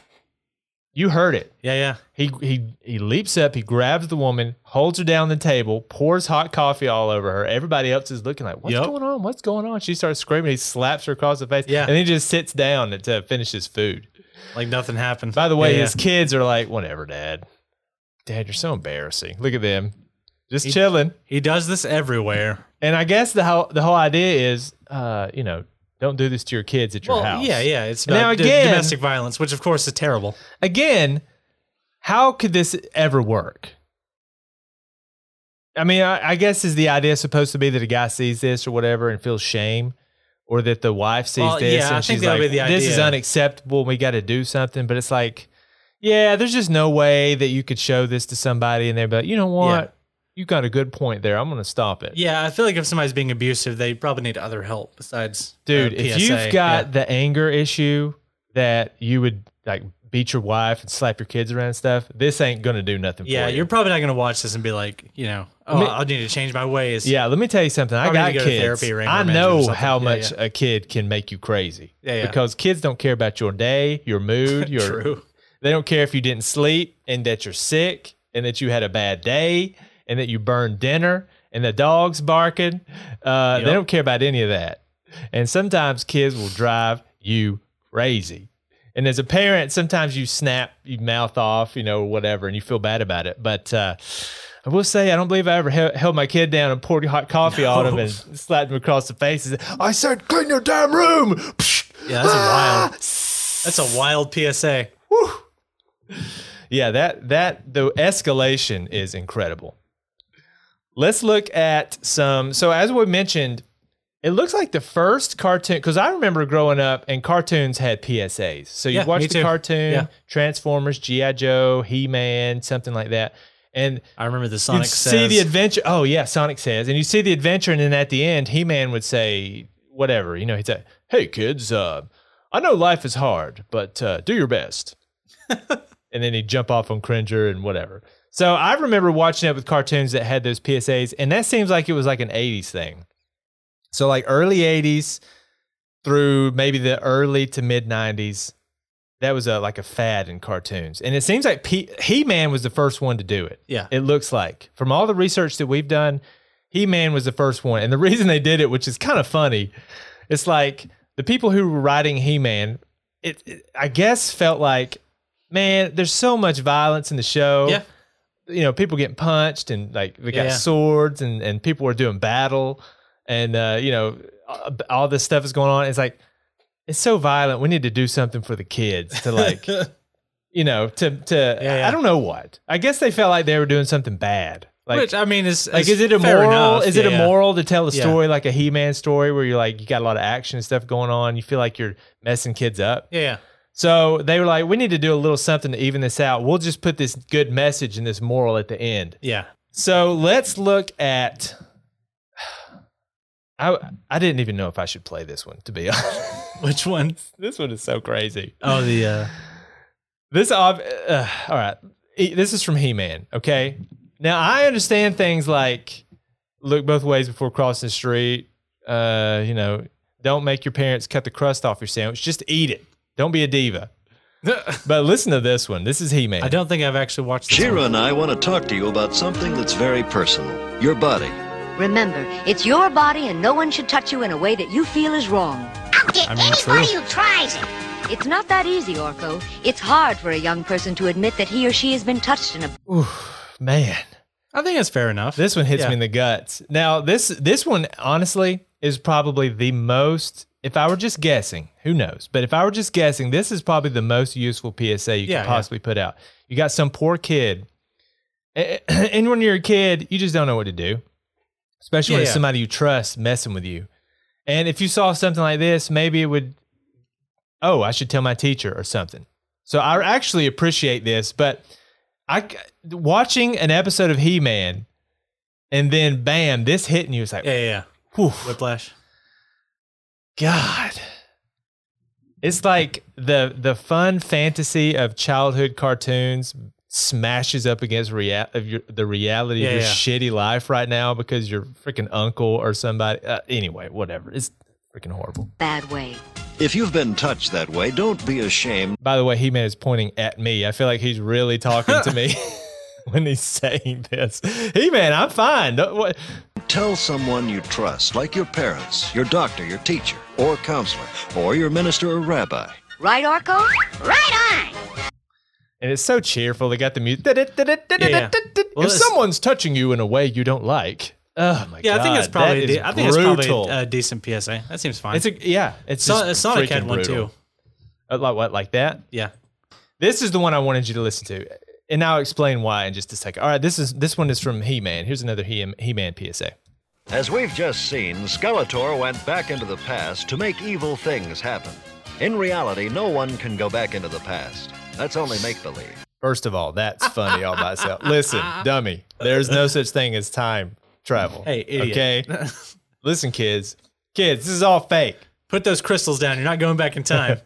Speaker 2: you heard it.
Speaker 3: yeah, yeah.
Speaker 2: He he he leaps up, he grabs the woman, holds her down the table, pours hot coffee all over her. Everybody else is looking like, "What's
Speaker 3: Yup.
Speaker 2: going on? What's going on?" She starts screaming. He slaps her across the face,
Speaker 3: Yeah.
Speaker 2: and then he just sits down to finish his food.
Speaker 3: Like nothing happened.
Speaker 2: By the way,
Speaker 3: Yeah, yeah.
Speaker 2: his kids are like, "Whatever, Dad. Dad, you're so embarrassing. Look at them, just
Speaker 3: He-
Speaker 2: chilling."
Speaker 3: he does this everywhere.
Speaker 2: And I guess the whole the whole idea is, uh, you know, don't do this to your kids at your
Speaker 3: Well,
Speaker 2: house.
Speaker 3: yeah, yeah. It's
Speaker 2: And
Speaker 3: about
Speaker 2: now
Speaker 3: do-
Speaker 2: again,
Speaker 3: domestic violence, which of course is terrible.
Speaker 2: again, how could this ever work? I mean, I, I guess is the idea supposed to be that a guy sees this or whatever and feels shame, or that the wife sees
Speaker 3: Well,
Speaker 2: this
Speaker 3: yeah,
Speaker 2: and
Speaker 3: I think
Speaker 2: she's
Speaker 3: that
Speaker 2: like,
Speaker 3: would be the
Speaker 2: "This is
Speaker 3: idea."
Speaker 2: unacceptable. and We got to do something." But it's like, yeah, there's just no way that you could show this to somebody and they're like, "You know what? You got a good point there. I'm going to stop it."
Speaker 3: Yeah, I feel like if somebody's being abusive, they probably need other help besides uh,
Speaker 2: dude if
Speaker 3: PSA.
Speaker 2: you've got the anger issue that you would like beat your wife and slap your kids around and stuff this ain't gonna do nothing
Speaker 3: yeah,
Speaker 2: for
Speaker 3: yeah
Speaker 2: you
Speaker 3: you're probably not gonna watch this and be like, you know, oh,
Speaker 2: Me-
Speaker 3: I need to change my ways.
Speaker 2: yeah let me tell you something i
Speaker 3: Probably
Speaker 2: got
Speaker 3: need to go to
Speaker 2: kids
Speaker 3: therapy or anger
Speaker 2: i
Speaker 3: management or
Speaker 2: know
Speaker 3: something.
Speaker 2: how
Speaker 3: Yeah,
Speaker 2: much
Speaker 3: yeah.
Speaker 2: a kid can make you crazy
Speaker 3: Yeah, yeah.
Speaker 2: because kids don't care about your day your mood your
Speaker 3: True.
Speaker 2: they don't care if you didn't sleep and that you're sick and that you had a bad day and that you burned dinner and the dog's barking uh, they
Speaker 3: Yep.
Speaker 2: don't care about any of that and sometimes kids will drive you crazy and as a parent sometimes you snap you mouth off you know whatever and you feel bad about it but uh, I will say I don't believe I ever hel- held my kid down and poured hot coffee on him
Speaker 3: No.
Speaker 2: and slapped him across the face. And said, I said, "Clean your damn room!"
Speaker 3: Yeah, that's a wild. That's a wild PSA.
Speaker 2: Yeah, that that the escalation is incredible. Let's look at some. So as we mentioned, it looks like the first cartoon because I remember growing up and cartoons had PSAs. So you watch
Speaker 3: Yeah, me
Speaker 2: watched the
Speaker 3: too.
Speaker 2: cartoon,
Speaker 3: Yeah.
Speaker 2: Transformers, GI Joe, He Man, something like that, and
Speaker 3: I remember the
Speaker 2: you
Speaker 3: Sonic
Speaker 2: see
Speaker 3: says.
Speaker 2: the adventure. Oh yeah, Sonic says, and you see the adventure, and then at the end, He Man would say whatever. You know, he'd say, "Hey kids, uh, I know life is hard, but uh, do your best." and then he'd jump off on Cringer and whatever. So I remember watching it with cartoons that had those PSAs, and that seems like it was like an '80s thing. So like early '80s through maybe the early to mid '90s. That was a, like a fad in cartoons, and it seems like P- He-Man was the first one to do it.
Speaker 3: yeah,
Speaker 2: It looks like, from all the research that we've done, He Man was the first one. And the reason they did it, which is kind of funny, it's like the people who were writing He Man, it, it- I guess felt like, man, there's so much violence in the show.
Speaker 3: Yeah.
Speaker 2: You know, people getting punched and like they got
Speaker 3: Yeah.
Speaker 2: swords and, and people were doing battle and, uh, you know, all- all this stuff is going on. It's like, it's so violent. We need to do something for the kids to like you know, to to
Speaker 3: Yeah, yeah.
Speaker 2: I don't know what. I guess they felt like they were doing something bad. Like,
Speaker 3: Which I mean is
Speaker 2: like is it
Speaker 3: fair
Speaker 2: immoral?
Speaker 3: enough.
Speaker 2: Is
Speaker 3: Yeah,
Speaker 2: it
Speaker 3: yeah.
Speaker 2: immoral to tell a
Speaker 3: Yeah.
Speaker 2: story like a He-Man story where you're like you got a lot of action and stuff going on? You feel like you're messing kids up.
Speaker 3: Yeah, yeah.
Speaker 2: So they were like, we need to do a little something to even this out. We'll just put this good message and this moral at the end.
Speaker 3: Yeah.
Speaker 2: So let's look at. I I didn't even know if I should play this one to be honest.
Speaker 3: Which one?
Speaker 2: this one is so crazy.
Speaker 3: Oh, the uh,
Speaker 2: This ob- uh, all right. E- This is from He Man. Okay. Now I understand things like look both ways before crossing the street. Uh, you know, don't make your parents cut the crust off your sandwich. Just eat it. Don't be a diva. but listen to this one. This is He Man.
Speaker 3: I don't think I've actually watched. This
Speaker 18: Shira
Speaker 3: one.
Speaker 18: and I want to talk to you about something that's very personal your body.
Speaker 7: Remember, it's your body and no one should touch you in a way that you feel is wrong. I'll get
Speaker 18: I mean, anybody true.
Speaker 7: who tries it. It's not that easy, Orko. It's hard for a young person to admit that he or she has been touched in a
Speaker 2: Man.
Speaker 3: I think it's fair enough.
Speaker 2: This one hits
Speaker 3: Yeah.
Speaker 2: me in the guts. Now, this this one honestly is probably the most if I were just guessing, who knows? But if I were just guessing, this is probably the most useful PSA you
Speaker 3: Yeah,
Speaker 2: could
Speaker 3: yeah.
Speaker 2: possibly put out. You got some poor kid. eh, And when you're a kid, you just don't know what to do. Especially
Speaker 3: Yeah,
Speaker 2: when it's
Speaker 3: yeah.
Speaker 2: somebody you trust messing with you. And if you saw something like this, maybe it would oh, I should tell my teacher or something. So I actually appreciate this, but I watching an episode of He Man, and then bam, this hitting you is like,
Speaker 3: Yeah, yeah, yeah.
Speaker 2: whew,
Speaker 3: Whiplash.
Speaker 2: God. It's like the the fun fantasy of childhood cartoons smashes up against rea- of your, the reality
Speaker 3: Yeah,
Speaker 2: of your
Speaker 3: yeah.
Speaker 2: shitty life right now because your freaking uncle or somebody. Uh, anyway, whatever. It's freaking horrible.
Speaker 12: Bad way.
Speaker 18: If you've been touched that way, don't be ashamed.
Speaker 2: By the way, he man is pointing at me. I feel like he's really talking to me when he's saying this. He man, I'm fine. Don't- what-
Speaker 18: Tell someone you trust, like your parents, your doctor, your teacher, or counselor, or your minister or rabbi.
Speaker 16: Right, Arco? Right on!
Speaker 2: And it's so cheerful. They got the music. If
Speaker 3: it's-
Speaker 2: someone's touching you in a way you don't like, oh my god.
Speaker 3: yeah, I think that's
Speaker 2: that
Speaker 3: probably.
Speaker 2: is
Speaker 3: de- I think it's
Speaker 2: brutal.
Speaker 3: probably uh, a decent PSA. That seems fine.
Speaker 2: It's a yeah. It's
Speaker 3: So-
Speaker 2: just
Speaker 3: uh, Sonic had
Speaker 2: freaking
Speaker 3: one,
Speaker 2: brutal.
Speaker 3: too.
Speaker 2: Uh, Like what? Like that?
Speaker 3: Yeah.
Speaker 2: This is the one I wanted you to listen to, and I'll explain why in just a second. All right, this is this one is from He Man. Here's another He He Man PSA.
Speaker 18: As we've just seen, Skeletor went back into the past to make evil things happen. In reality, no one can go back into the past. That's only make believe.
Speaker 2: First of all, that's funny all by itself. Listen, dummy, there's no such thing as time travel.
Speaker 3: Hey, idiot.
Speaker 2: Okay. Listen, kids. Kids, this is all fake.
Speaker 3: Put those crystals down. You're not going back in time.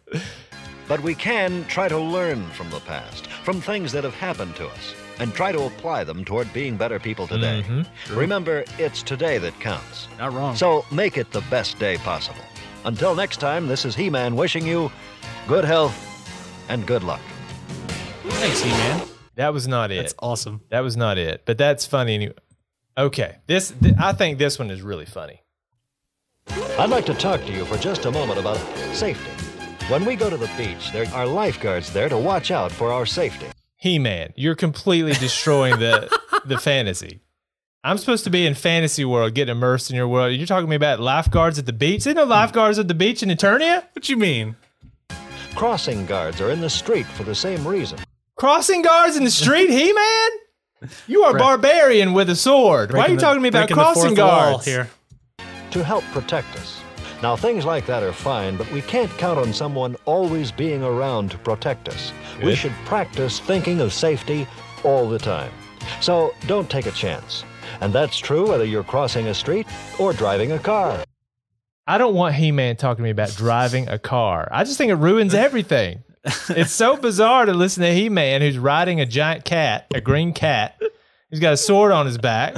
Speaker 18: But we can try to learn from the past, from things that have happened to us, and try to apply them toward being better people today. Remember, it's today that counts.
Speaker 3: Not wrong.
Speaker 18: So make it the best day possible. Until next time, this is He Man wishing you good health and good luck.
Speaker 3: Thanks, He Man.
Speaker 2: That was not it. That's
Speaker 3: awesome.
Speaker 2: That was not it. But that's funny anyway. Okay. This th- I think this one is really funny.
Speaker 18: I'd like to talk to you for just a moment about safety. When we go to the beach, there are lifeguards there to watch out for our safety.
Speaker 2: He Man, you're completely destroying the the fantasy. I'm supposed to be in fantasy world, getting immersed in your world. You're talking to me about lifeguards at the beach. There ain't no lifeguards at the beach in Eternia.
Speaker 3: What you mean?
Speaker 18: Crossing guards are in the street for the same reason.
Speaker 2: Crossing guards in the street, He Man. You are
Speaker 18: Bre-
Speaker 2: barbarian with a sword. Why are you
Speaker 18: Breaking the-
Speaker 2: talking to me about
Speaker 18: breaking the
Speaker 2: crossing
Speaker 18: fourth wall
Speaker 2: guards
Speaker 18: here. To help protect us. Now, things like that are fine, but we can't count on someone always being around to protect us. We
Speaker 2: Good.
Speaker 18: should practice thinking of safety all the time. So don't take a chance. And that's true whether you're crossing a street or driving a car.
Speaker 2: I don't want He Man talking to me about driving a car. I just think it ruins everything. it's so bizarre to listen to He Man who's riding a giant cat, a green cat. He's got a sword on his back,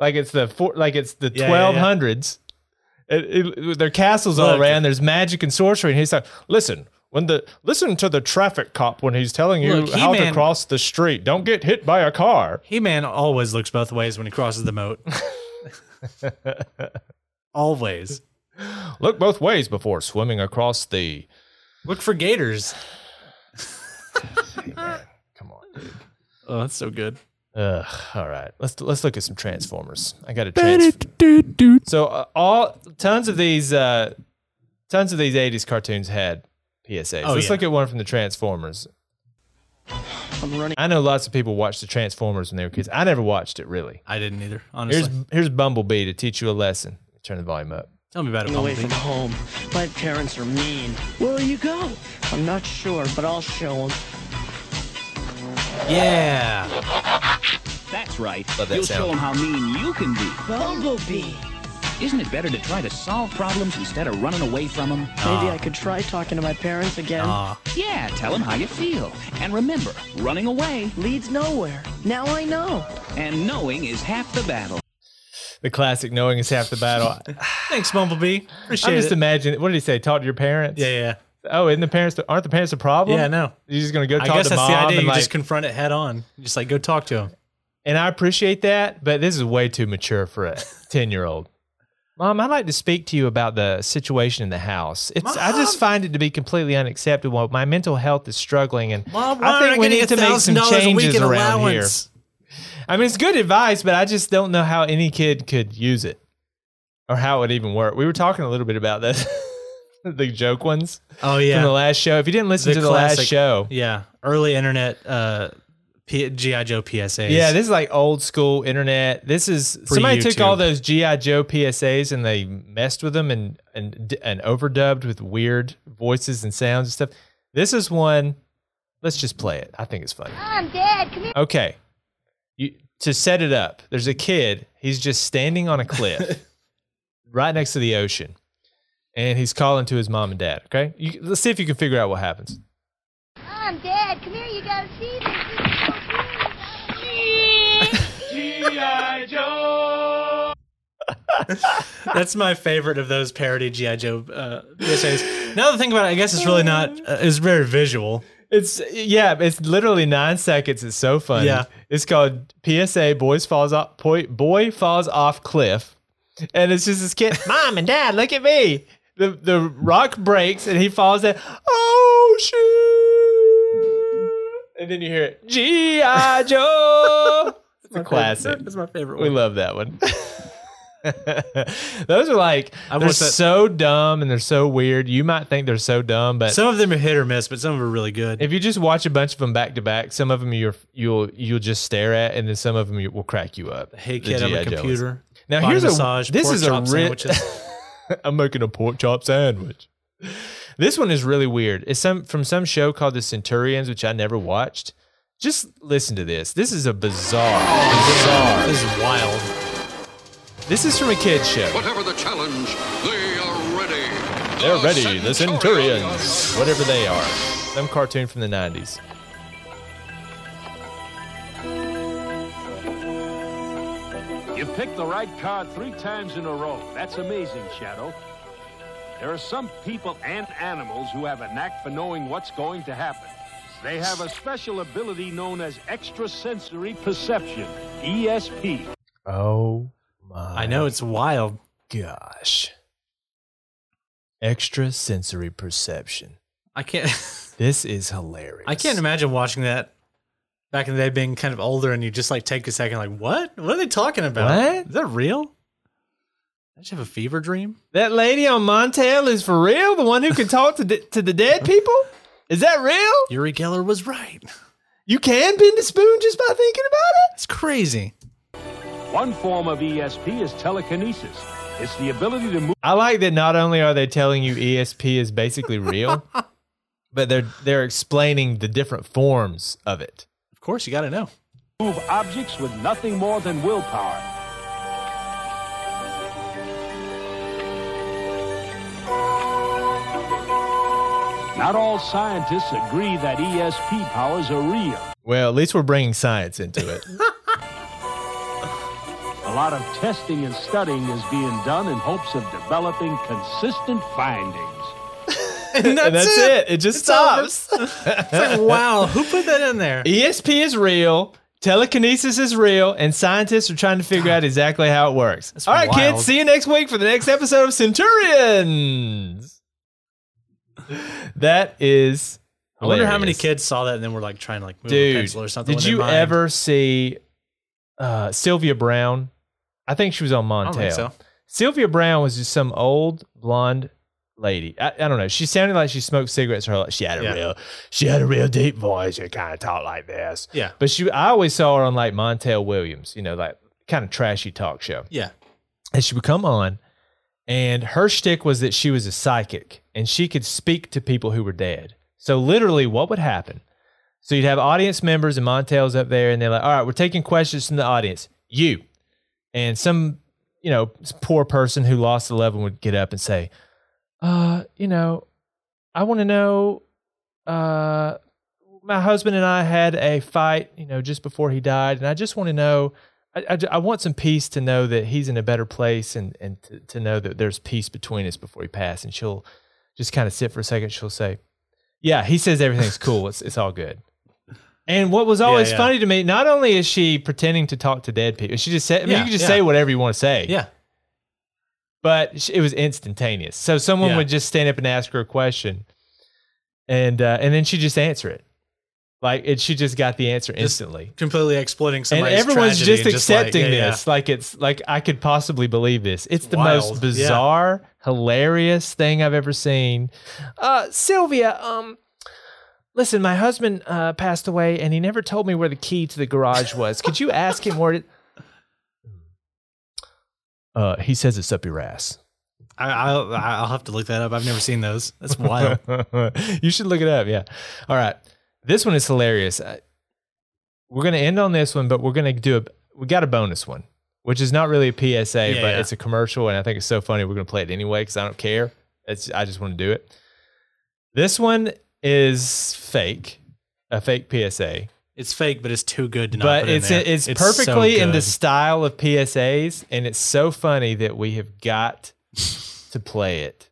Speaker 2: like it's the four, like it's the
Speaker 3: Yeah, yeah, yeah.
Speaker 2: twelve hundreds. It, it, their castles all
Speaker 3: Look.
Speaker 2: around. There's magic and sorcery, and he's like, "Listen, when the listen to the traffic cop when he's telling you
Speaker 3: Look,
Speaker 2: how to
Speaker 3: He-Man-
Speaker 2: cross the street. Don't get hit by a car."
Speaker 3: He Man always looks both ways when he crosses the moat. always.
Speaker 2: Look both ways before swimming across the.
Speaker 3: Look for gators. Come on, dude. Oh, that's so good.
Speaker 2: Ugh, all right, let's let's look at some transformers. I got a transform. So uh, all tons of these uh, tons of these '80s cartoons had PSAs.
Speaker 1: Oh,
Speaker 2: let's
Speaker 1: yeah.
Speaker 2: look at one from the Transformers. I'm running. I know lots of people watched the Transformers when they were kids. I never watched it really.
Speaker 3: I didn't either, honestly.
Speaker 2: Here's here's Bumblebee to teach you a lesson. Turn the volume up.
Speaker 3: Tell me about it,
Speaker 19: away
Speaker 3: Bumblebee.
Speaker 19: from home. My parents are mean. Where will you go? I'm not sure, but I'll show them.
Speaker 20: Yeah. That's right.
Speaker 19: Love that
Speaker 20: You'll
Speaker 19: sound.
Speaker 20: show them how mean you can be.
Speaker 3: Ah.
Speaker 19: Bumblebee.
Speaker 20: Isn't it better to try to solve problems instead of running away from them?
Speaker 19: Maybe I could try talking to my parents again.
Speaker 3: Ah.
Speaker 20: Yeah, tell them how you feel. And remember, running away leads nowhere. Now I know. And knowing is half the battle.
Speaker 2: The classic "Knowing is half the battle."
Speaker 3: Thanks, Bumblebee. Appreciate
Speaker 2: I'm just
Speaker 3: it.
Speaker 2: imagining. What did he say? Talk to your parents. Yeah,
Speaker 3: yeah.
Speaker 2: Oh, and the parents aren't the parents the problem?
Speaker 3: Yeah, I know.
Speaker 2: You're just gonna go
Speaker 3: I
Speaker 2: talk
Speaker 3: guess
Speaker 2: to
Speaker 3: that's
Speaker 2: mom
Speaker 3: the idea.
Speaker 2: and
Speaker 3: You
Speaker 2: like,
Speaker 3: just confront it head on. You Just like go talk to him.
Speaker 2: and I appreciate that, but this is way too mature for a ten year old. Mom, I'd like to speak to you about the situation in the house. It's I just find it to be completely unacceptable. My mental health is struggling, and
Speaker 3: Mom, why
Speaker 2: I
Speaker 3: aren't
Speaker 2: think
Speaker 3: I
Speaker 2: we
Speaker 3: getting
Speaker 2: need to make some
Speaker 3: $1,000 a week
Speaker 2: changes
Speaker 3: in
Speaker 2: around
Speaker 3: allowance?
Speaker 2: here. I mean, it's good advice, but I just don't know how any kid could use it or how it would even work. We were talking a little bit about this, the joke ones.
Speaker 3: Oh, yeah.
Speaker 2: from the last show. If you didn't listen to the last
Speaker 3: classic-
Speaker 2: show,
Speaker 3: Yeah, early internet uh, P- GI Joe PSAs.
Speaker 2: Yeah, this is like old school internet. This is somebody took
Speaker 3: Pre-YouTube.
Speaker 2: all those GI Joe PSAs and they messed with them and and d- and overdubbed with weird voices and sounds and stuff. This is one. Let's just play it. I think it's funny.
Speaker 16: I'm dead. Come here.
Speaker 2: Okay, you, to set it up, there's a kid. He's just standing on a cliff, right next to the ocean, and he's calling to his mom and dad. Okay, you, let's see if you can figure out what happens.
Speaker 16: I'm dead. Come here. You gotta see this. This is so cool.
Speaker 21: G.I. Joe.
Speaker 3: That's my favorite of those parody GI Joe uh, PSAs. Now that I think about it, I guess it's really not. Uh, it's very visual.
Speaker 2: It's yeah, it's literally nine seconds. It's so funny.
Speaker 3: Yeah.
Speaker 2: It's called PSA Boys Falls Off Boy, Boy Falls Off Cliff. And it's just this kid, Mom and Dad, look at me. The the rock breaks and he falls down. Oh shit. And then you hear it, G.I. Joe. it's a classic.
Speaker 3: That's my favorite
Speaker 2: We
Speaker 3: one.
Speaker 2: love that one. Those are like they're
Speaker 3: want that-
Speaker 2: so dumb and they're so weird. You might think they're so dumb, but
Speaker 3: Some of them are hit or miss, but some of them are really good.
Speaker 2: if you just watch a bunch of them back to back, some of them you're you'll you'll just stare at, and then some of them you, will crack you up.
Speaker 3: Hey
Speaker 2: The
Speaker 3: kid, I'm
Speaker 2: G.I.
Speaker 3: a
Speaker 2: Joes.
Speaker 3: computer.
Speaker 2: Now
Speaker 3: Body
Speaker 2: here's
Speaker 3: massage,
Speaker 2: a this
Speaker 3: pork
Speaker 2: is a
Speaker 3: chop
Speaker 2: rich.
Speaker 3: sandwiches.
Speaker 2: I'm making a pork chop sandwich. This one is really weird. It's some from some show called The Centurions, which I never watched. Just listen to this. This is a bizarre, bizarre.
Speaker 3: This is wild.
Speaker 2: This is from a kid's show.
Speaker 22: Whatever the challenge, they are ready.
Speaker 2: They're ready, the Centurions, whatever they are. Some cartoon from the 90s.
Speaker 23: You picked the right card three times in a row. That's amazing, Shadow. There are some people and animals who have a knack for knowing what's going to happen. They have a special ability known as extrasensory perception, E ESP.
Speaker 2: Oh my.
Speaker 3: I know it's wild.
Speaker 2: Gosh. Extrasensory perception.
Speaker 3: I can't.
Speaker 2: This is hilarious.
Speaker 3: I can't imagine watching that back in the day, being kind of older, and you just like take a second, like, what? What are they talking about?
Speaker 2: What?
Speaker 3: Is that real? Did you have a fever dream?
Speaker 2: That lady on Montel is for real? The one who can talk to, the to the dead people? Is that real?
Speaker 3: Yuri Geller was right.
Speaker 2: You can bend a spoon just by thinking about
Speaker 3: It's crazy.
Speaker 23: One form of ESP is telekinesis. It's the ability to move
Speaker 2: it? I like that not only are they telling you ESP is basically real, but they're they're explaining the different forms of it.
Speaker 3: Of course, you got to know.
Speaker 23: move objects with nothing more than willpower. Not all scientists agree that ESP powers are real.
Speaker 2: Well, at least we're bringing science into it.
Speaker 23: A lot of testing and studying is being done in hopes of developing consistent findings.
Speaker 2: and that's, it. it. just stops.
Speaker 3: It's like, wow, who put that in there?
Speaker 2: ESP E is real. Telekinesis is real, and scientists are trying to figure out exactly how it works. All right,
Speaker 3: wild.
Speaker 2: kids, see you next week for the next episode of Centurions. That is.
Speaker 3: I wonder how
Speaker 2: hilarious.
Speaker 3: many kids saw that and then were like trying to like move a
Speaker 2: Dude,
Speaker 3: pencil or something.
Speaker 2: did
Speaker 3: with their
Speaker 2: you
Speaker 3: mind.
Speaker 2: ever see uh, Sylvia Brown? I think she was on Montel.
Speaker 3: don't think so.
Speaker 2: Sylvia Brown was just some old blonde lady. I, I don't know. She sounded like she smoked cigarettes her whole life. She had a
Speaker 3: Yeah.
Speaker 2: real, she had a real deep voice. She kind of talked like this.
Speaker 3: Yeah.
Speaker 2: But she, I always saw her on like Montel Williams, you know, like kind of trashy talk show.
Speaker 3: Yeah.
Speaker 2: And she would come on, and her shtick was that she was a psychic and she could speak to people who were dead. So literally, what would happen? So you'd have audience members and Montel's up there, and they're like, "All right, we're taking questions from the audience. You." And some, you know, poor person who lost a loved one would get up and say, "Uh, you know, I want to know. Uh, my husband and I had a fight, you know, just before he died, and I just want to know. I, I, I want some peace to know that he's in a better place, and and to, to know that there's peace between us before he passed. And she'll just kind of sit for a second. She'll say, "Yeah, he says everything's cool. It's it's all good." And what was always
Speaker 3: yeah.
Speaker 2: funny to me, not only is she pretending to talk to dead people, she just said, I mean,
Speaker 3: Yeah,
Speaker 2: you can just
Speaker 3: yeah.
Speaker 2: say whatever you want to say
Speaker 3: Yeah.
Speaker 2: but sh- it was instantaneous. So someone
Speaker 3: Yeah.
Speaker 2: would just stand up and ask her a question, and uh, and then she just answer it, like it. She just got the answer instantly,
Speaker 3: Completely exploiting
Speaker 2: and
Speaker 3: somebody's
Speaker 2: everyone's
Speaker 3: tragedy
Speaker 2: just
Speaker 3: and like,
Speaker 2: accepting
Speaker 3: yeah, yeah.
Speaker 2: this, like it's like I could possibly believe this. It's the
Speaker 3: Wild.
Speaker 2: most
Speaker 3: Yeah.
Speaker 2: bizarre, hilarious thing I've ever seen. Uh, Sylvia, um. Listen, my husband uh, passed away, and he never told me where the key to the garage was. Could you ask him where it? Uh, he says it's up your ass.
Speaker 3: I, I, I'll have to look that up. I've never seen those. That's wild.
Speaker 2: you should look it up. Yeah. All right. This one is hilarious. I- We're going to end on this one, but we're going to do a, we got a bonus one, which is not really a PSA,
Speaker 3: Yeah,
Speaker 2: but
Speaker 3: yeah.
Speaker 2: it's a commercial. And I think it's so funny. We're going to play it anyway because I don't care. It's, I just want to do it. This one is fake, a fake PSA,
Speaker 3: It's fake, but it's too good to not.
Speaker 2: but
Speaker 3: put in
Speaker 2: it's
Speaker 3: there.
Speaker 2: it's,
Speaker 3: so
Speaker 2: perfectly in the
Speaker 3: good.
Speaker 2: style of PSAs, and it's so funny that we have got to play it.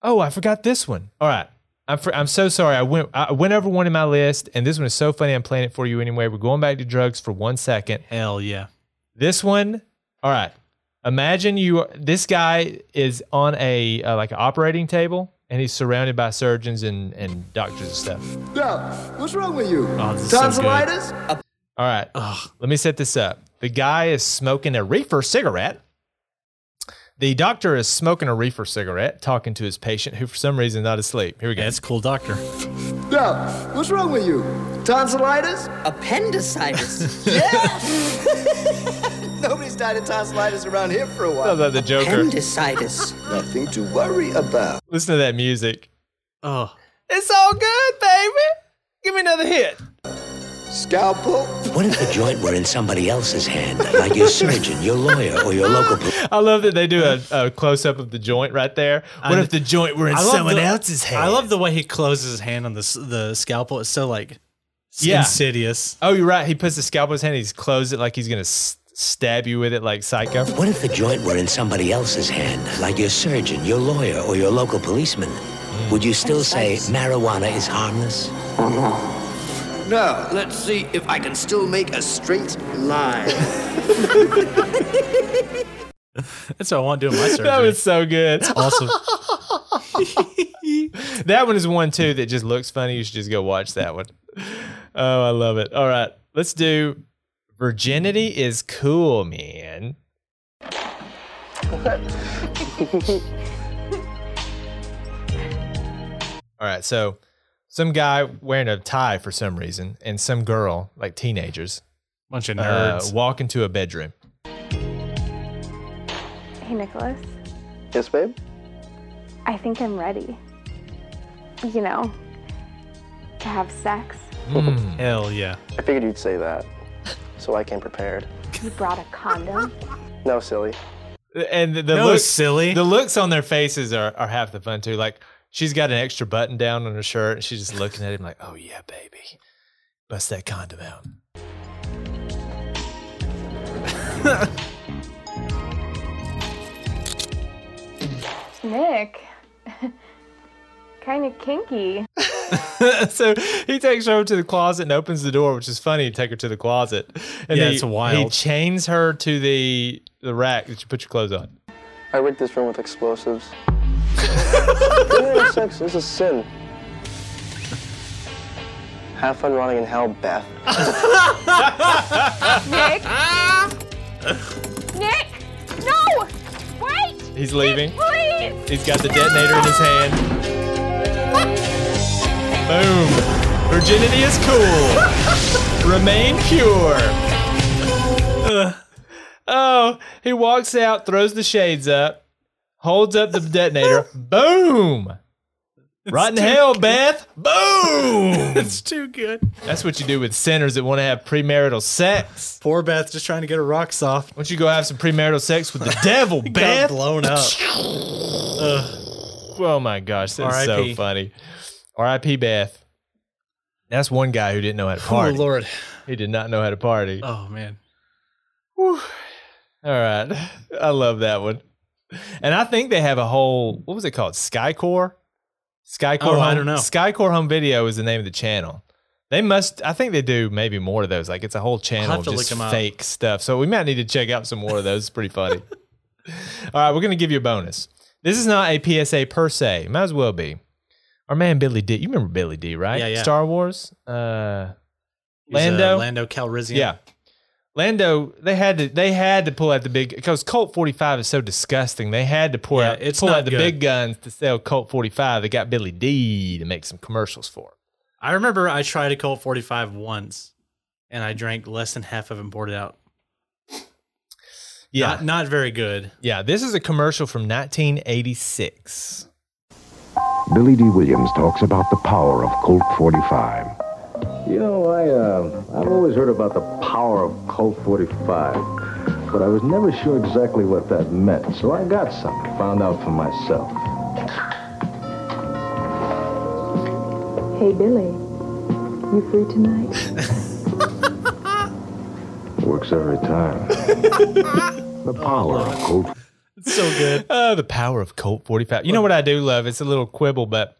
Speaker 2: Oh, I forgot this one. All right, I'm for, I'm so sorry. I went I went over one in my list, and this one is so funny. I'm playing it for you anyway. We're going back to drugs for one second.
Speaker 3: Hell yeah!
Speaker 2: This one. All right. Imagine you. This guy is on a uh, like an operating table, and he's surrounded by surgeons and and doctors and stuff.
Speaker 4: Now, what's wrong with you?
Speaker 2: Oh, this is so good.
Speaker 4: Tonsillitis?
Speaker 2: All right. Let me set this up. The guy is smoking a reefer cigarette. The doctor is smoking a reefer cigarette, talking to his patient who, for some reason, is not asleep. Here we go. That's
Speaker 3: cool, doctor.
Speaker 4: Now, what's wrong with you? Tonsillitis? Appendicitis. yeah. Nobody's died of tonsillitis around here for a while.
Speaker 2: Sounds like the Joker.
Speaker 4: Appendicitis. Nothing to worry about.
Speaker 2: Listen to that music.
Speaker 3: Oh.
Speaker 4: It's all good, baby. Give me another hit. Scalpel.
Speaker 9: What if the joint were in somebody else's hand, like your surgeon, your lawyer, or your local police?
Speaker 2: I love that they do a, a close up of the joint right there. What
Speaker 3: I-
Speaker 2: if the joint were in
Speaker 3: I love
Speaker 2: someone
Speaker 3: the-
Speaker 2: else's hand?
Speaker 3: I love the way he closes his hand on the s- the scalpel. It's so like s-
Speaker 2: Yeah.
Speaker 3: insidious.
Speaker 2: Oh, you're right. He puts the scalpel in his hand. He's closed it like he's gonna s- stab you with it, like Psycho.
Speaker 9: What if the joint were in somebody else's hand, like your surgeon, your lawyer, or your local policeman? Would you still say marijuana is harmless?
Speaker 4: Now, let's see if I can still make a straight line.
Speaker 3: That's what I want to do in my surgery.
Speaker 2: That was so good.
Speaker 3: awesome.
Speaker 2: that one is one too that just looks funny. You should just go watch that one. Oh, I love it. All right, let's do virginity is cool, man. All right, so some guy wearing a tie for some reason, and some girl, like teenagers,
Speaker 3: bunch of
Speaker 2: uh,
Speaker 3: nerds.
Speaker 2: walk into a bedroom.
Speaker 10: Hey, Nicholas.
Speaker 4: yes, babe?
Speaker 10: I think I'm ready. You know, to have sex.
Speaker 2: uh,
Speaker 3: Hell yeah.
Speaker 4: I figured you'd say that, so I came prepared.
Speaker 10: You brought a condom.
Speaker 4: No, silly.
Speaker 2: and the, the
Speaker 3: No,
Speaker 2: looks
Speaker 3: silly.
Speaker 2: The looks on their faces are, are half the fun too. Like she's got an extra button down on her shirt, and she's just looking at him like, "Oh yeah, baby, bust that condom out."
Speaker 10: Nick. kind of kinky.
Speaker 2: so he takes her over to the closet and opens the door, which is funny. to Take her to the closet, and
Speaker 3: Yeah,
Speaker 2: he,
Speaker 3: it's wild.
Speaker 2: He chains her to the the rack that you put your clothes on.
Speaker 4: I rigged this room with explosives. Having sex is a sin. Have fun running in hell, Beth.
Speaker 10: Nick? Nick! No! Wait!
Speaker 2: He's leaving.
Speaker 10: Please!
Speaker 2: He's got the detonator in his hand. Boom. Virginity is cool. Remain pure. Ugh. oh, he walks out, throws the shades up, holds up the detonator. Boom. right in
Speaker 3: too
Speaker 2: hell,
Speaker 3: good.
Speaker 2: Beth. Boom.
Speaker 3: It's too good.
Speaker 2: That's what you do with sinners that want to have premarital sex.
Speaker 3: Poor Beth just trying to get her rocks off.
Speaker 2: Why don't you go have some premarital sex with the devil,
Speaker 3: Got
Speaker 2: Beth?
Speaker 3: blown up.
Speaker 2: Oh my gosh, that's so
Speaker 3: R.I.P..
Speaker 2: funny. R.I.P. Beth. That's one guy who didn't know how to
Speaker 3: Oh
Speaker 2: party.
Speaker 3: Lord.
Speaker 2: He did not know how to party.
Speaker 3: Oh man.
Speaker 2: All right, I love that one. And I think they have a whole what was it called? Skycore. Skycore.
Speaker 3: Oh, I
Speaker 2: Home-
Speaker 3: don't know.
Speaker 2: Skycore Home Video is the name of the channel. They must. I think they do maybe more of those. Like it's a whole channel of
Speaker 3: to look
Speaker 2: just
Speaker 3: 'em up.
Speaker 2: fake stuff. So we might need to check out some more of those. It's pretty funny. All right, we're gonna give you a bonus. This is not a PSA per se. Might as well be. Our man Billy D. You remember Billy D, right?
Speaker 3: Yeah, yeah.
Speaker 2: Star Wars. Uh,
Speaker 3: He's, uh,
Speaker 2: Lando.
Speaker 3: Lando Calrissian.
Speaker 2: Yeah. Lando, they had to they had to pull out the big because Colt 45 is so disgusting. They had to pour
Speaker 3: Yeah,
Speaker 2: out
Speaker 3: it's
Speaker 2: pull
Speaker 3: not
Speaker 2: out the
Speaker 3: good.
Speaker 2: big guns to sell Colt 45. They got Billy D to make some commercials for.
Speaker 3: I remember I tried a Colt 45 once and I drank less than half of it and poured it out.
Speaker 2: Yeah.
Speaker 3: Not, not very good.
Speaker 2: yeah, this is a commercial from 1986.
Speaker 24: Billy D. Williams talks about the power of Colt 45.
Speaker 25: You know, I, uh, I've always heard about the power of Colt 45, but I was never sure exactly what that meant, so I got some, found out for myself.
Speaker 10: Hey, Billy. You free tonight?
Speaker 25: Works every time. the power of Colt
Speaker 2: It's so good. Uh, the power of Colt 45. You know what I do love? It's a little quibble, but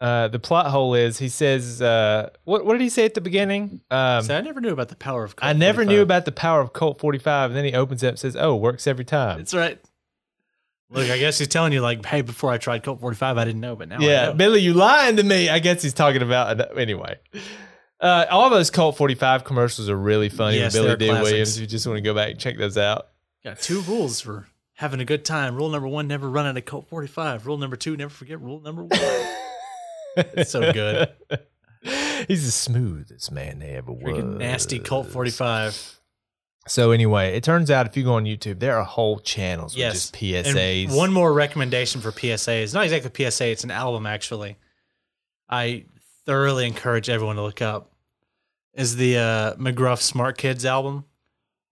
Speaker 2: uh, the plot hole is he says, uh, what, what did he say at the beginning? Um,
Speaker 3: I never knew about the power of.
Speaker 2: I never knew about the power of Colt 45. And then he opens it up and says, oh, works every time.
Speaker 3: That's right. Look, I guess he's telling you like, hey, before I tried Colt 45, I didn't know, but now I
Speaker 2: yeah,
Speaker 3: know.
Speaker 2: Billy, you lying to me. I guess he's talking about anyway. Uh, all those Colt 45 commercials are really funny. with
Speaker 3: Yes,
Speaker 2: Billy
Speaker 3: they're
Speaker 2: D.
Speaker 3: classics.
Speaker 2: Williams, you just want to go back and check those out.
Speaker 3: Got two rules for having a good time. Rule number one: never run out of Colt 45. Rule number two: never forget rule number one. it's so good.
Speaker 2: He's the smoothest man they ever was.
Speaker 3: Freaking nasty Colt 45.
Speaker 2: So anyway, it turns out if you go on YouTube, there are whole channels
Speaker 3: Yes.
Speaker 2: with just PSAs.
Speaker 3: And one more recommendation for PSAs. Not exactly PSA. It's an album actually. I thoroughly encourage everyone to look up. Is the uh, McGruff Smart Kids album,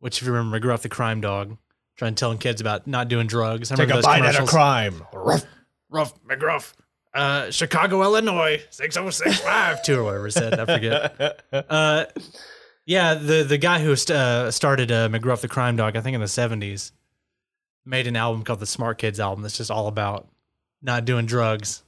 Speaker 3: which if you remember McGruff the Crime Dog, trying telling kids about not doing drugs. I
Speaker 2: Take
Speaker 3: remember
Speaker 2: a
Speaker 3: those
Speaker 2: bite at a
Speaker 3: commercials.
Speaker 2: crime.
Speaker 3: Ruff McGruff, uh, Chicago, Illinois, 60652 or whatever it said. I forget. Uh, yeah, the, the guy who st- uh, started uh, McGruff the Crime Dog, I think in the 70s, made an album called the Smart Kids album that's just all about not doing drugs.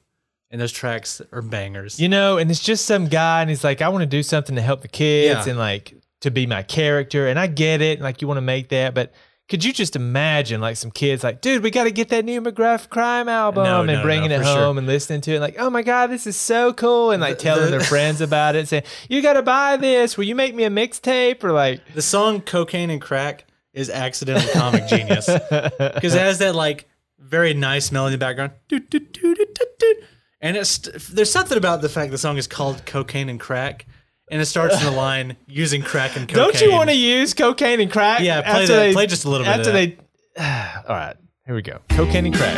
Speaker 3: And those tracks are bangers.
Speaker 2: You know, and it's just some guy, and he's like, I want to do something to help the kids
Speaker 3: Yeah.
Speaker 2: and like to be my character. And I get it, like you want to make that, but could you just imagine like some kids like, dude, we got to get that new McGruff crime album
Speaker 3: No,
Speaker 2: and
Speaker 3: no,
Speaker 2: bringing
Speaker 3: no,
Speaker 2: it
Speaker 3: for sure.
Speaker 2: home and listening to it, like, oh my god, this is so cool, and like telling
Speaker 3: the-
Speaker 2: their friends about it, saying, you got to buy this. Will you make me a mixtape or like?
Speaker 3: The song Cocaine and Crack is accidental comic genius because it has that like very nice melody in the background. Doot, doot, doot, doot, doot, doot. And it's there's something about the fact the song is called Cocaine and Crack and it starts in the line using crack and cocaine.
Speaker 2: Don't you want to use cocaine and crack?
Speaker 3: Yeah, play
Speaker 2: after
Speaker 3: that- play just a little bit of
Speaker 2: After
Speaker 3: that.
Speaker 2: they, all right, here we go. Cocaine and crack.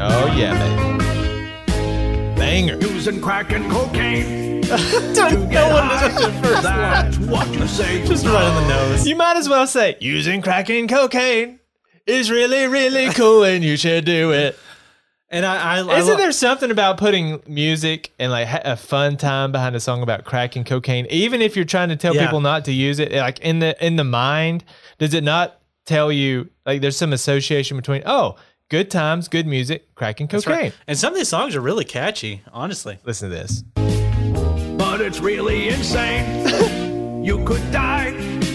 Speaker 2: Oh yeah, baby. Banger.
Speaker 21: Using crack and cocaine.
Speaker 2: Don't
Speaker 21: get
Speaker 2: no one
Speaker 21: high.
Speaker 2: listens to the first
Speaker 21: That's what you say. Just
Speaker 2: right in the nose. You might as well say using crack and cocaine is really really cool, and you should do it.
Speaker 3: And I, I, I
Speaker 2: Isn't
Speaker 3: lo-
Speaker 2: there something about putting music and like ha- a fun time behind a song about crack and cocaine, even if you're trying to tell
Speaker 3: Yeah.
Speaker 2: people not to use it? Like in the in the mind, does it not tell you like there's some association between oh good times, good music, crack and
Speaker 3: That's
Speaker 2: cocaine?
Speaker 3: right. And some of these songs are really catchy, honestly.
Speaker 2: Listen to this.
Speaker 21: But it's really insane. you could die.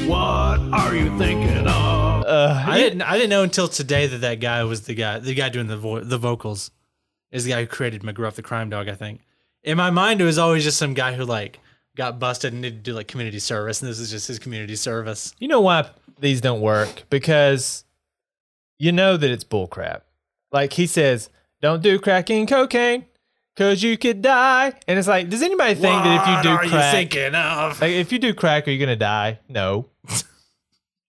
Speaker 21: What are you thinking of?
Speaker 3: I didn't I didn't know until today that that guy was the guy the guy doing the vo- the vocals is the guy who created McGruff the Crime Dog. I think in my mind it was always just some guy who like got busted and needed to do like community service, and this is just his community service.
Speaker 2: You know why these don't work? Because you know that it's bullcrap. Like he says, don't do crack and cocaine because you could die. And it's like, does anybody think that if you
Speaker 21: What are
Speaker 2: do
Speaker 21: you
Speaker 2: crack,
Speaker 21: thinking of?
Speaker 2: Like, if you do crack, are you going to die? No. if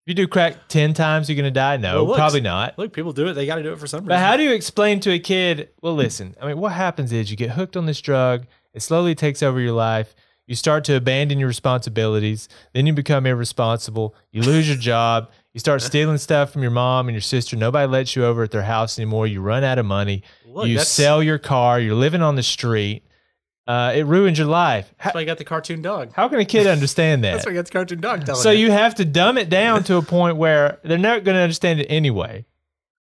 Speaker 2: you do crack 10 times, you're going to die? No,
Speaker 3: Well, look,
Speaker 2: probably not.
Speaker 3: Look, people do it; they got to do it for some reason.
Speaker 2: But how do you explain to a kid? Well, listen, I mean, what happens is you get hooked on this drug, it slowly takes over your life. You start to abandon your responsibilities, then you become irresponsible, you lose your job, you start stealing stuff from your mom and your sister. Nobody lets you over at their house anymore. You run out of money,
Speaker 3: Look,
Speaker 2: you
Speaker 3: that's-
Speaker 2: sell your car, you're living on the street. Uh, it ruins your life.
Speaker 3: That's why I got the cartoon dog.
Speaker 2: How can a kid understand that?
Speaker 3: That's why I got the cartoon dog. Telling
Speaker 2: So you have to dumb it down to a point where they're not going to understand it anyway,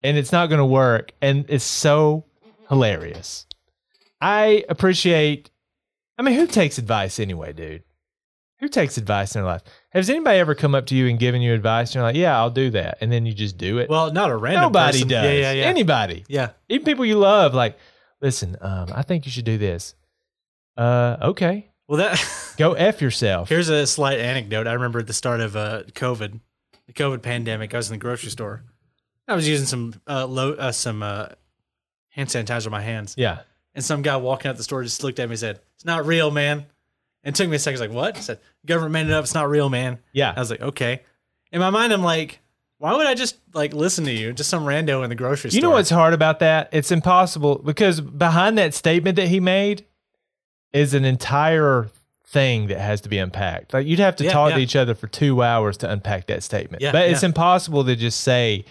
Speaker 2: and it's not going to work, and it's so hilarious. I appreciate. I mean, who takes advice anyway, dude? Who takes advice in their life? Has anybody ever come up to you and given you advice? And you're like, "Yeah, I'll do that," and then you just do it.
Speaker 3: well, not a random
Speaker 2: Nobody
Speaker 3: person.
Speaker 2: does.
Speaker 3: Yeah, yeah, yeah.
Speaker 2: Anybody.
Speaker 3: Yeah.
Speaker 2: Even people you love, like, listen, um, I think you should do this. Uh, okay.
Speaker 3: Well, that
Speaker 2: Go f yourself.
Speaker 3: Here's a slight anecdote. I remember at the start of uh, COVID, the COVID pandemic, I was in the grocery store. I was using some uh, low, uh, some uh, hand sanitizer on my hands.
Speaker 2: Yeah.
Speaker 3: And some guy walking out the store just looked at me and said, "It's not real, man." And it took me a second. I was like, "What?" He said, "Government made it up. It's not real, man."
Speaker 2: Yeah.
Speaker 3: I was like, "Okay." In my mind, I'm like, "Why would I just like listen to you? Just some rando in the grocery
Speaker 2: You
Speaker 3: store."
Speaker 2: know what's hard about that? It's impossible because behind that statement that he made is an entire thing that has to be unpacked. Like you'd have to
Speaker 3: Yeah,
Speaker 2: talk
Speaker 3: yeah.
Speaker 2: to each other for two hours to unpack that statement.
Speaker 3: Yeah,
Speaker 2: but it's
Speaker 3: yeah.
Speaker 2: impossible to just say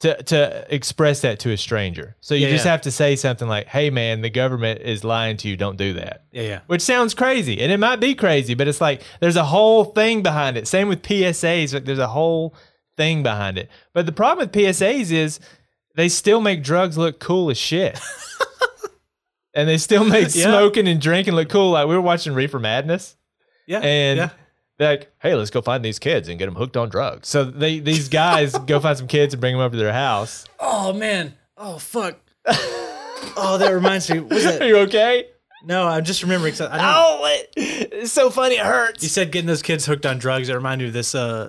Speaker 2: to to express that to a stranger. So you
Speaker 3: Yeah,
Speaker 2: just
Speaker 3: yeah.
Speaker 2: have to say something like, "Hey, man, the government is lying to you. Don't do that."
Speaker 3: Yeah, yeah.
Speaker 2: Which sounds crazy, and it might be crazy, but it's like there's a whole thing behind it. Same with PSAs, like there's a whole thing behind it. But the problem with PSAs is they still make drugs look cool as shit. and they still make
Speaker 3: Yeah.
Speaker 2: smoking and drinking look cool. Like we were watching Reefer Madness.
Speaker 3: Yeah,
Speaker 2: And
Speaker 3: yeah.
Speaker 2: they're like, hey, let's go find these kids and get them hooked on drugs. So they these guys go find some kids and bring them over to their house.
Speaker 3: Oh man. Oh fuck. oh, that reminds me. Was that?
Speaker 2: Are you okay?
Speaker 3: No, I'm just remembering. 'cause I don't,
Speaker 2: oh, it's so funny. It hurts.
Speaker 3: You said getting those kids hooked on drugs. It reminded me of this. Uh,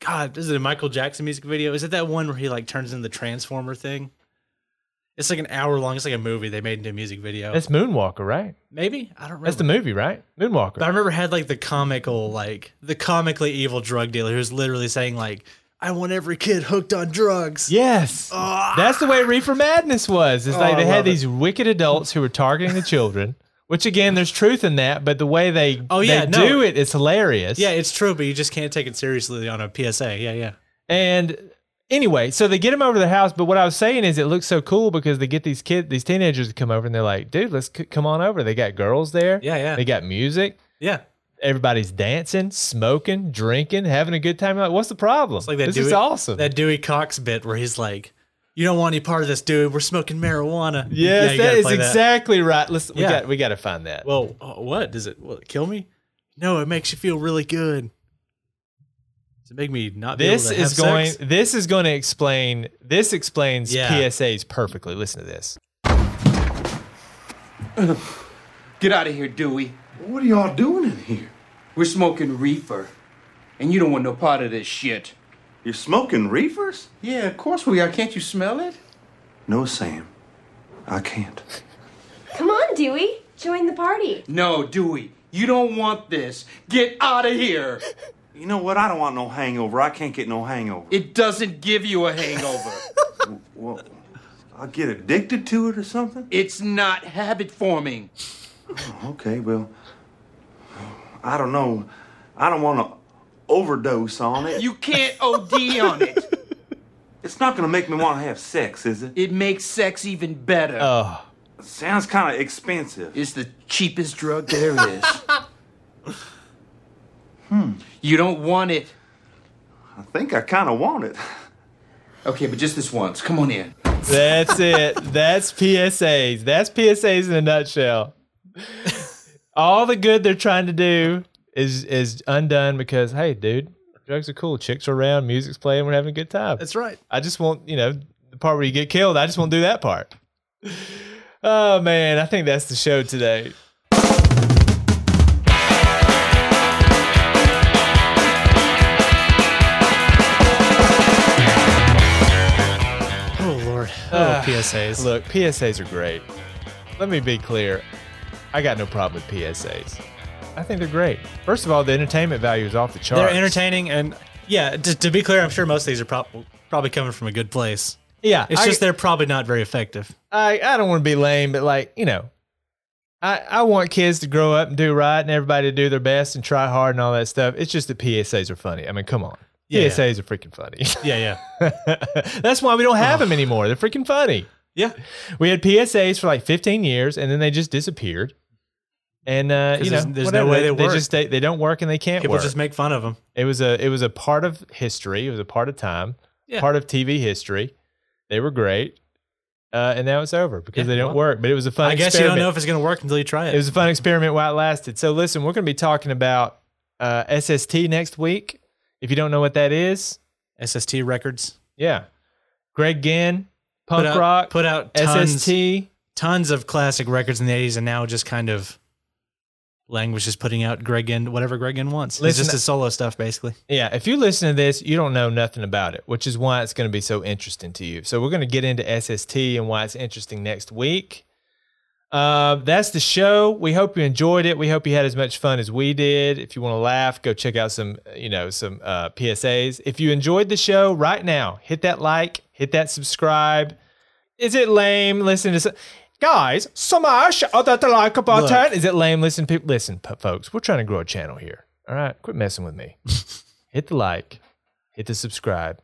Speaker 3: God, is it a Michael Jackson music video? Is it that one where he like turns into the Transformer thing? It's like an hour long. It's like a movie they made into a music video.
Speaker 2: That's Moonwalker, right?
Speaker 3: Maybe I don't remember.
Speaker 2: That's the movie, right? Moonwalker.
Speaker 3: But I remember it had like the comical, like the comically evil drug dealer who's literally saying like, "I want every kid hooked on drugs."
Speaker 2: Yes. That's the way Reefer Madness was. It's
Speaker 3: Oh,
Speaker 2: like
Speaker 3: I
Speaker 2: they
Speaker 3: love
Speaker 2: had
Speaker 3: it.
Speaker 2: these wicked adults who were targeting the children, which again, there's truth in that, but the way they,
Speaker 3: Oh, yeah,
Speaker 2: they
Speaker 3: no.
Speaker 2: do it, it's hilarious.
Speaker 3: Yeah, it's true, but you just can't take it seriously on a PSA. Yeah, yeah.
Speaker 2: And anyway, so they get him over to the house. But what I was saying is, it looks so cool because they get these kids, these teenagers to come over, and they're like, "Dude, let's c- come on over." They got girls there.
Speaker 3: Yeah, yeah.
Speaker 2: They got music.
Speaker 3: Yeah.
Speaker 2: Everybody's dancing, smoking, drinking, having a good time. You're like, what's the problem?
Speaker 3: It's like that
Speaker 2: this
Speaker 3: Dewey,
Speaker 2: is awesome.
Speaker 3: That Dewey Cox bit where he's like, "You don't want any part of this, dude. We're smoking marijuana." Yeah,
Speaker 2: yes,
Speaker 3: you
Speaker 2: that
Speaker 3: gotta
Speaker 2: is
Speaker 3: play
Speaker 2: exactly right. Listen, we
Speaker 3: Yeah.
Speaker 2: got we got to find that.
Speaker 3: Well, uh, what does it? Will it kill me? No, it makes you feel really good. Does it make me not?
Speaker 2: This
Speaker 3: be able to
Speaker 2: is
Speaker 3: have
Speaker 2: going.
Speaker 3: sex?
Speaker 2: This is going to explain. This explains
Speaker 3: Yeah.
Speaker 2: PSAs perfectly. Listen to this.
Speaker 5: Get out of here, Dewey. What are y'all doing in here? We're smoking reefer. And you don't want no part of this shit. You're smoking reefers? Yeah, of course we are. Can't you smell it?
Speaker 25: No, Sam. I can't.
Speaker 14: Come on, Dewey. Join the party.
Speaker 5: No, Dewey. You don't want this. Get out of here.
Speaker 6: You know what? I don't want no hangover. I can't get no hangover.
Speaker 5: It doesn't give you a hangover.
Speaker 6: Well, I get addicted to it or something?
Speaker 5: it's not habit forming.
Speaker 6: Okay, well, I don't know. I don't want to overdose on it.
Speaker 5: You can't OD on it.
Speaker 6: It's not going to make me want to have sex, is it?
Speaker 5: It makes sex even better.
Speaker 2: Oh.
Speaker 6: Sounds kind of expensive.
Speaker 5: It's the cheapest drug there is. hmm. You don't want it.
Speaker 6: I think I kind of want it.
Speaker 5: Okay, but just this once. Come on in.
Speaker 2: That's it. That's PSAs. That's PSAs in a nutshell. All the good they're trying to do is is undone because hey, dude, drugs are cool. Chicks are around, music's playing, we're having a good time.
Speaker 3: That's right.
Speaker 2: I just want you know the part where you get killed. I just want to do that part. Oh man, I think that's the show today.
Speaker 3: Oh lord. Oh
Speaker 2: Uh,
Speaker 3: PSAs.
Speaker 2: Look, PSAs are great. Let me be clear. I got no problem with PSAs. I think they're great. First of all, the entertainment value is off the charts.
Speaker 3: They're entertaining and yeah. To, to be clear, I'm sure most of these are prob- probably coming from a good place.
Speaker 2: Yeah,
Speaker 3: It's
Speaker 2: I-
Speaker 3: just they're probably not very effective.
Speaker 2: I, I don't want to be lame, but like, you know, I, I want kids to grow up and do right and everybody to do their best and try hard and all that stuff. It's just that PSAs are funny. I mean, come on.
Speaker 3: Yeah, yeah.
Speaker 2: PSAs are freaking funny.
Speaker 3: Yeah, yeah.
Speaker 2: That's why we don't have them anymore. They're freaking funny.
Speaker 3: Yeah.
Speaker 2: We had PSAs for like 15 years and then they just disappeared. And uh,
Speaker 3: 'Cause
Speaker 2: you know,
Speaker 3: there's- there's no way they
Speaker 2: they
Speaker 3: work.
Speaker 2: just they, they don't work and they can't
Speaker 3: People
Speaker 2: work.
Speaker 3: just make fun of them.
Speaker 2: It was a it was a part of history. It was a part of time.
Speaker 3: Yeah.
Speaker 2: Part of TV history. They were great, uh, and now it's over because
Speaker 3: Yeah,
Speaker 2: they don't
Speaker 3: well,
Speaker 2: work. But it was a fun.
Speaker 3: I guess you
Speaker 2: experiment.
Speaker 3: don't know if it's going to work until you try it.
Speaker 2: It was a fun experiment while it lasted. So listen, we're going to be talking about uh, SST next week. If you don't know what that is,
Speaker 3: SST Records.
Speaker 2: Yeah, Greg Ginn, punk
Speaker 3: put out,
Speaker 2: rock,
Speaker 3: put out tons,
Speaker 2: SST.
Speaker 3: tons of classic records in the 80s and now just kind of language is putting out Greg in whatever Greg in wants. it's
Speaker 2: Listen,
Speaker 3: just his solo stuff basically.
Speaker 2: Yeah, if you listen to this, you don't know nothing about it, which is why it's going to be so interesting to you. So we're going to get into SST and why it's interesting next week. Uh, that's the show. We hope you enjoyed it. We hope you had as much fun as we did. If you want to laugh, go check out some, you know, some uh, PSAs. If you enjoyed the show, right now, hit that like, hit that subscribe. Is it lame? Listen to some. Guys, smash that like button. Is it lame? Listen, people, listen, p- folks. We're trying to grow a channel here. All right, quit messing with me. hit the like, hit the subscribe,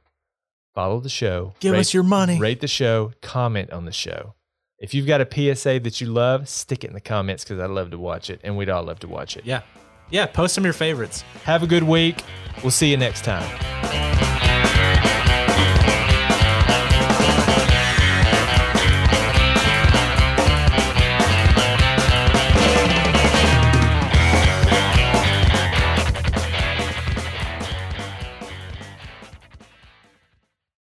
Speaker 2: Follow the show.
Speaker 3: Give us your money.
Speaker 2: Rate the show. Comment on the show. If you've got a PSA that you love, stick it in the comments because I'd love to watch it, and we'd all love to watch it.
Speaker 3: Yeah. Yeah, post them your favorites.
Speaker 2: Have a good week. We'll see you next time.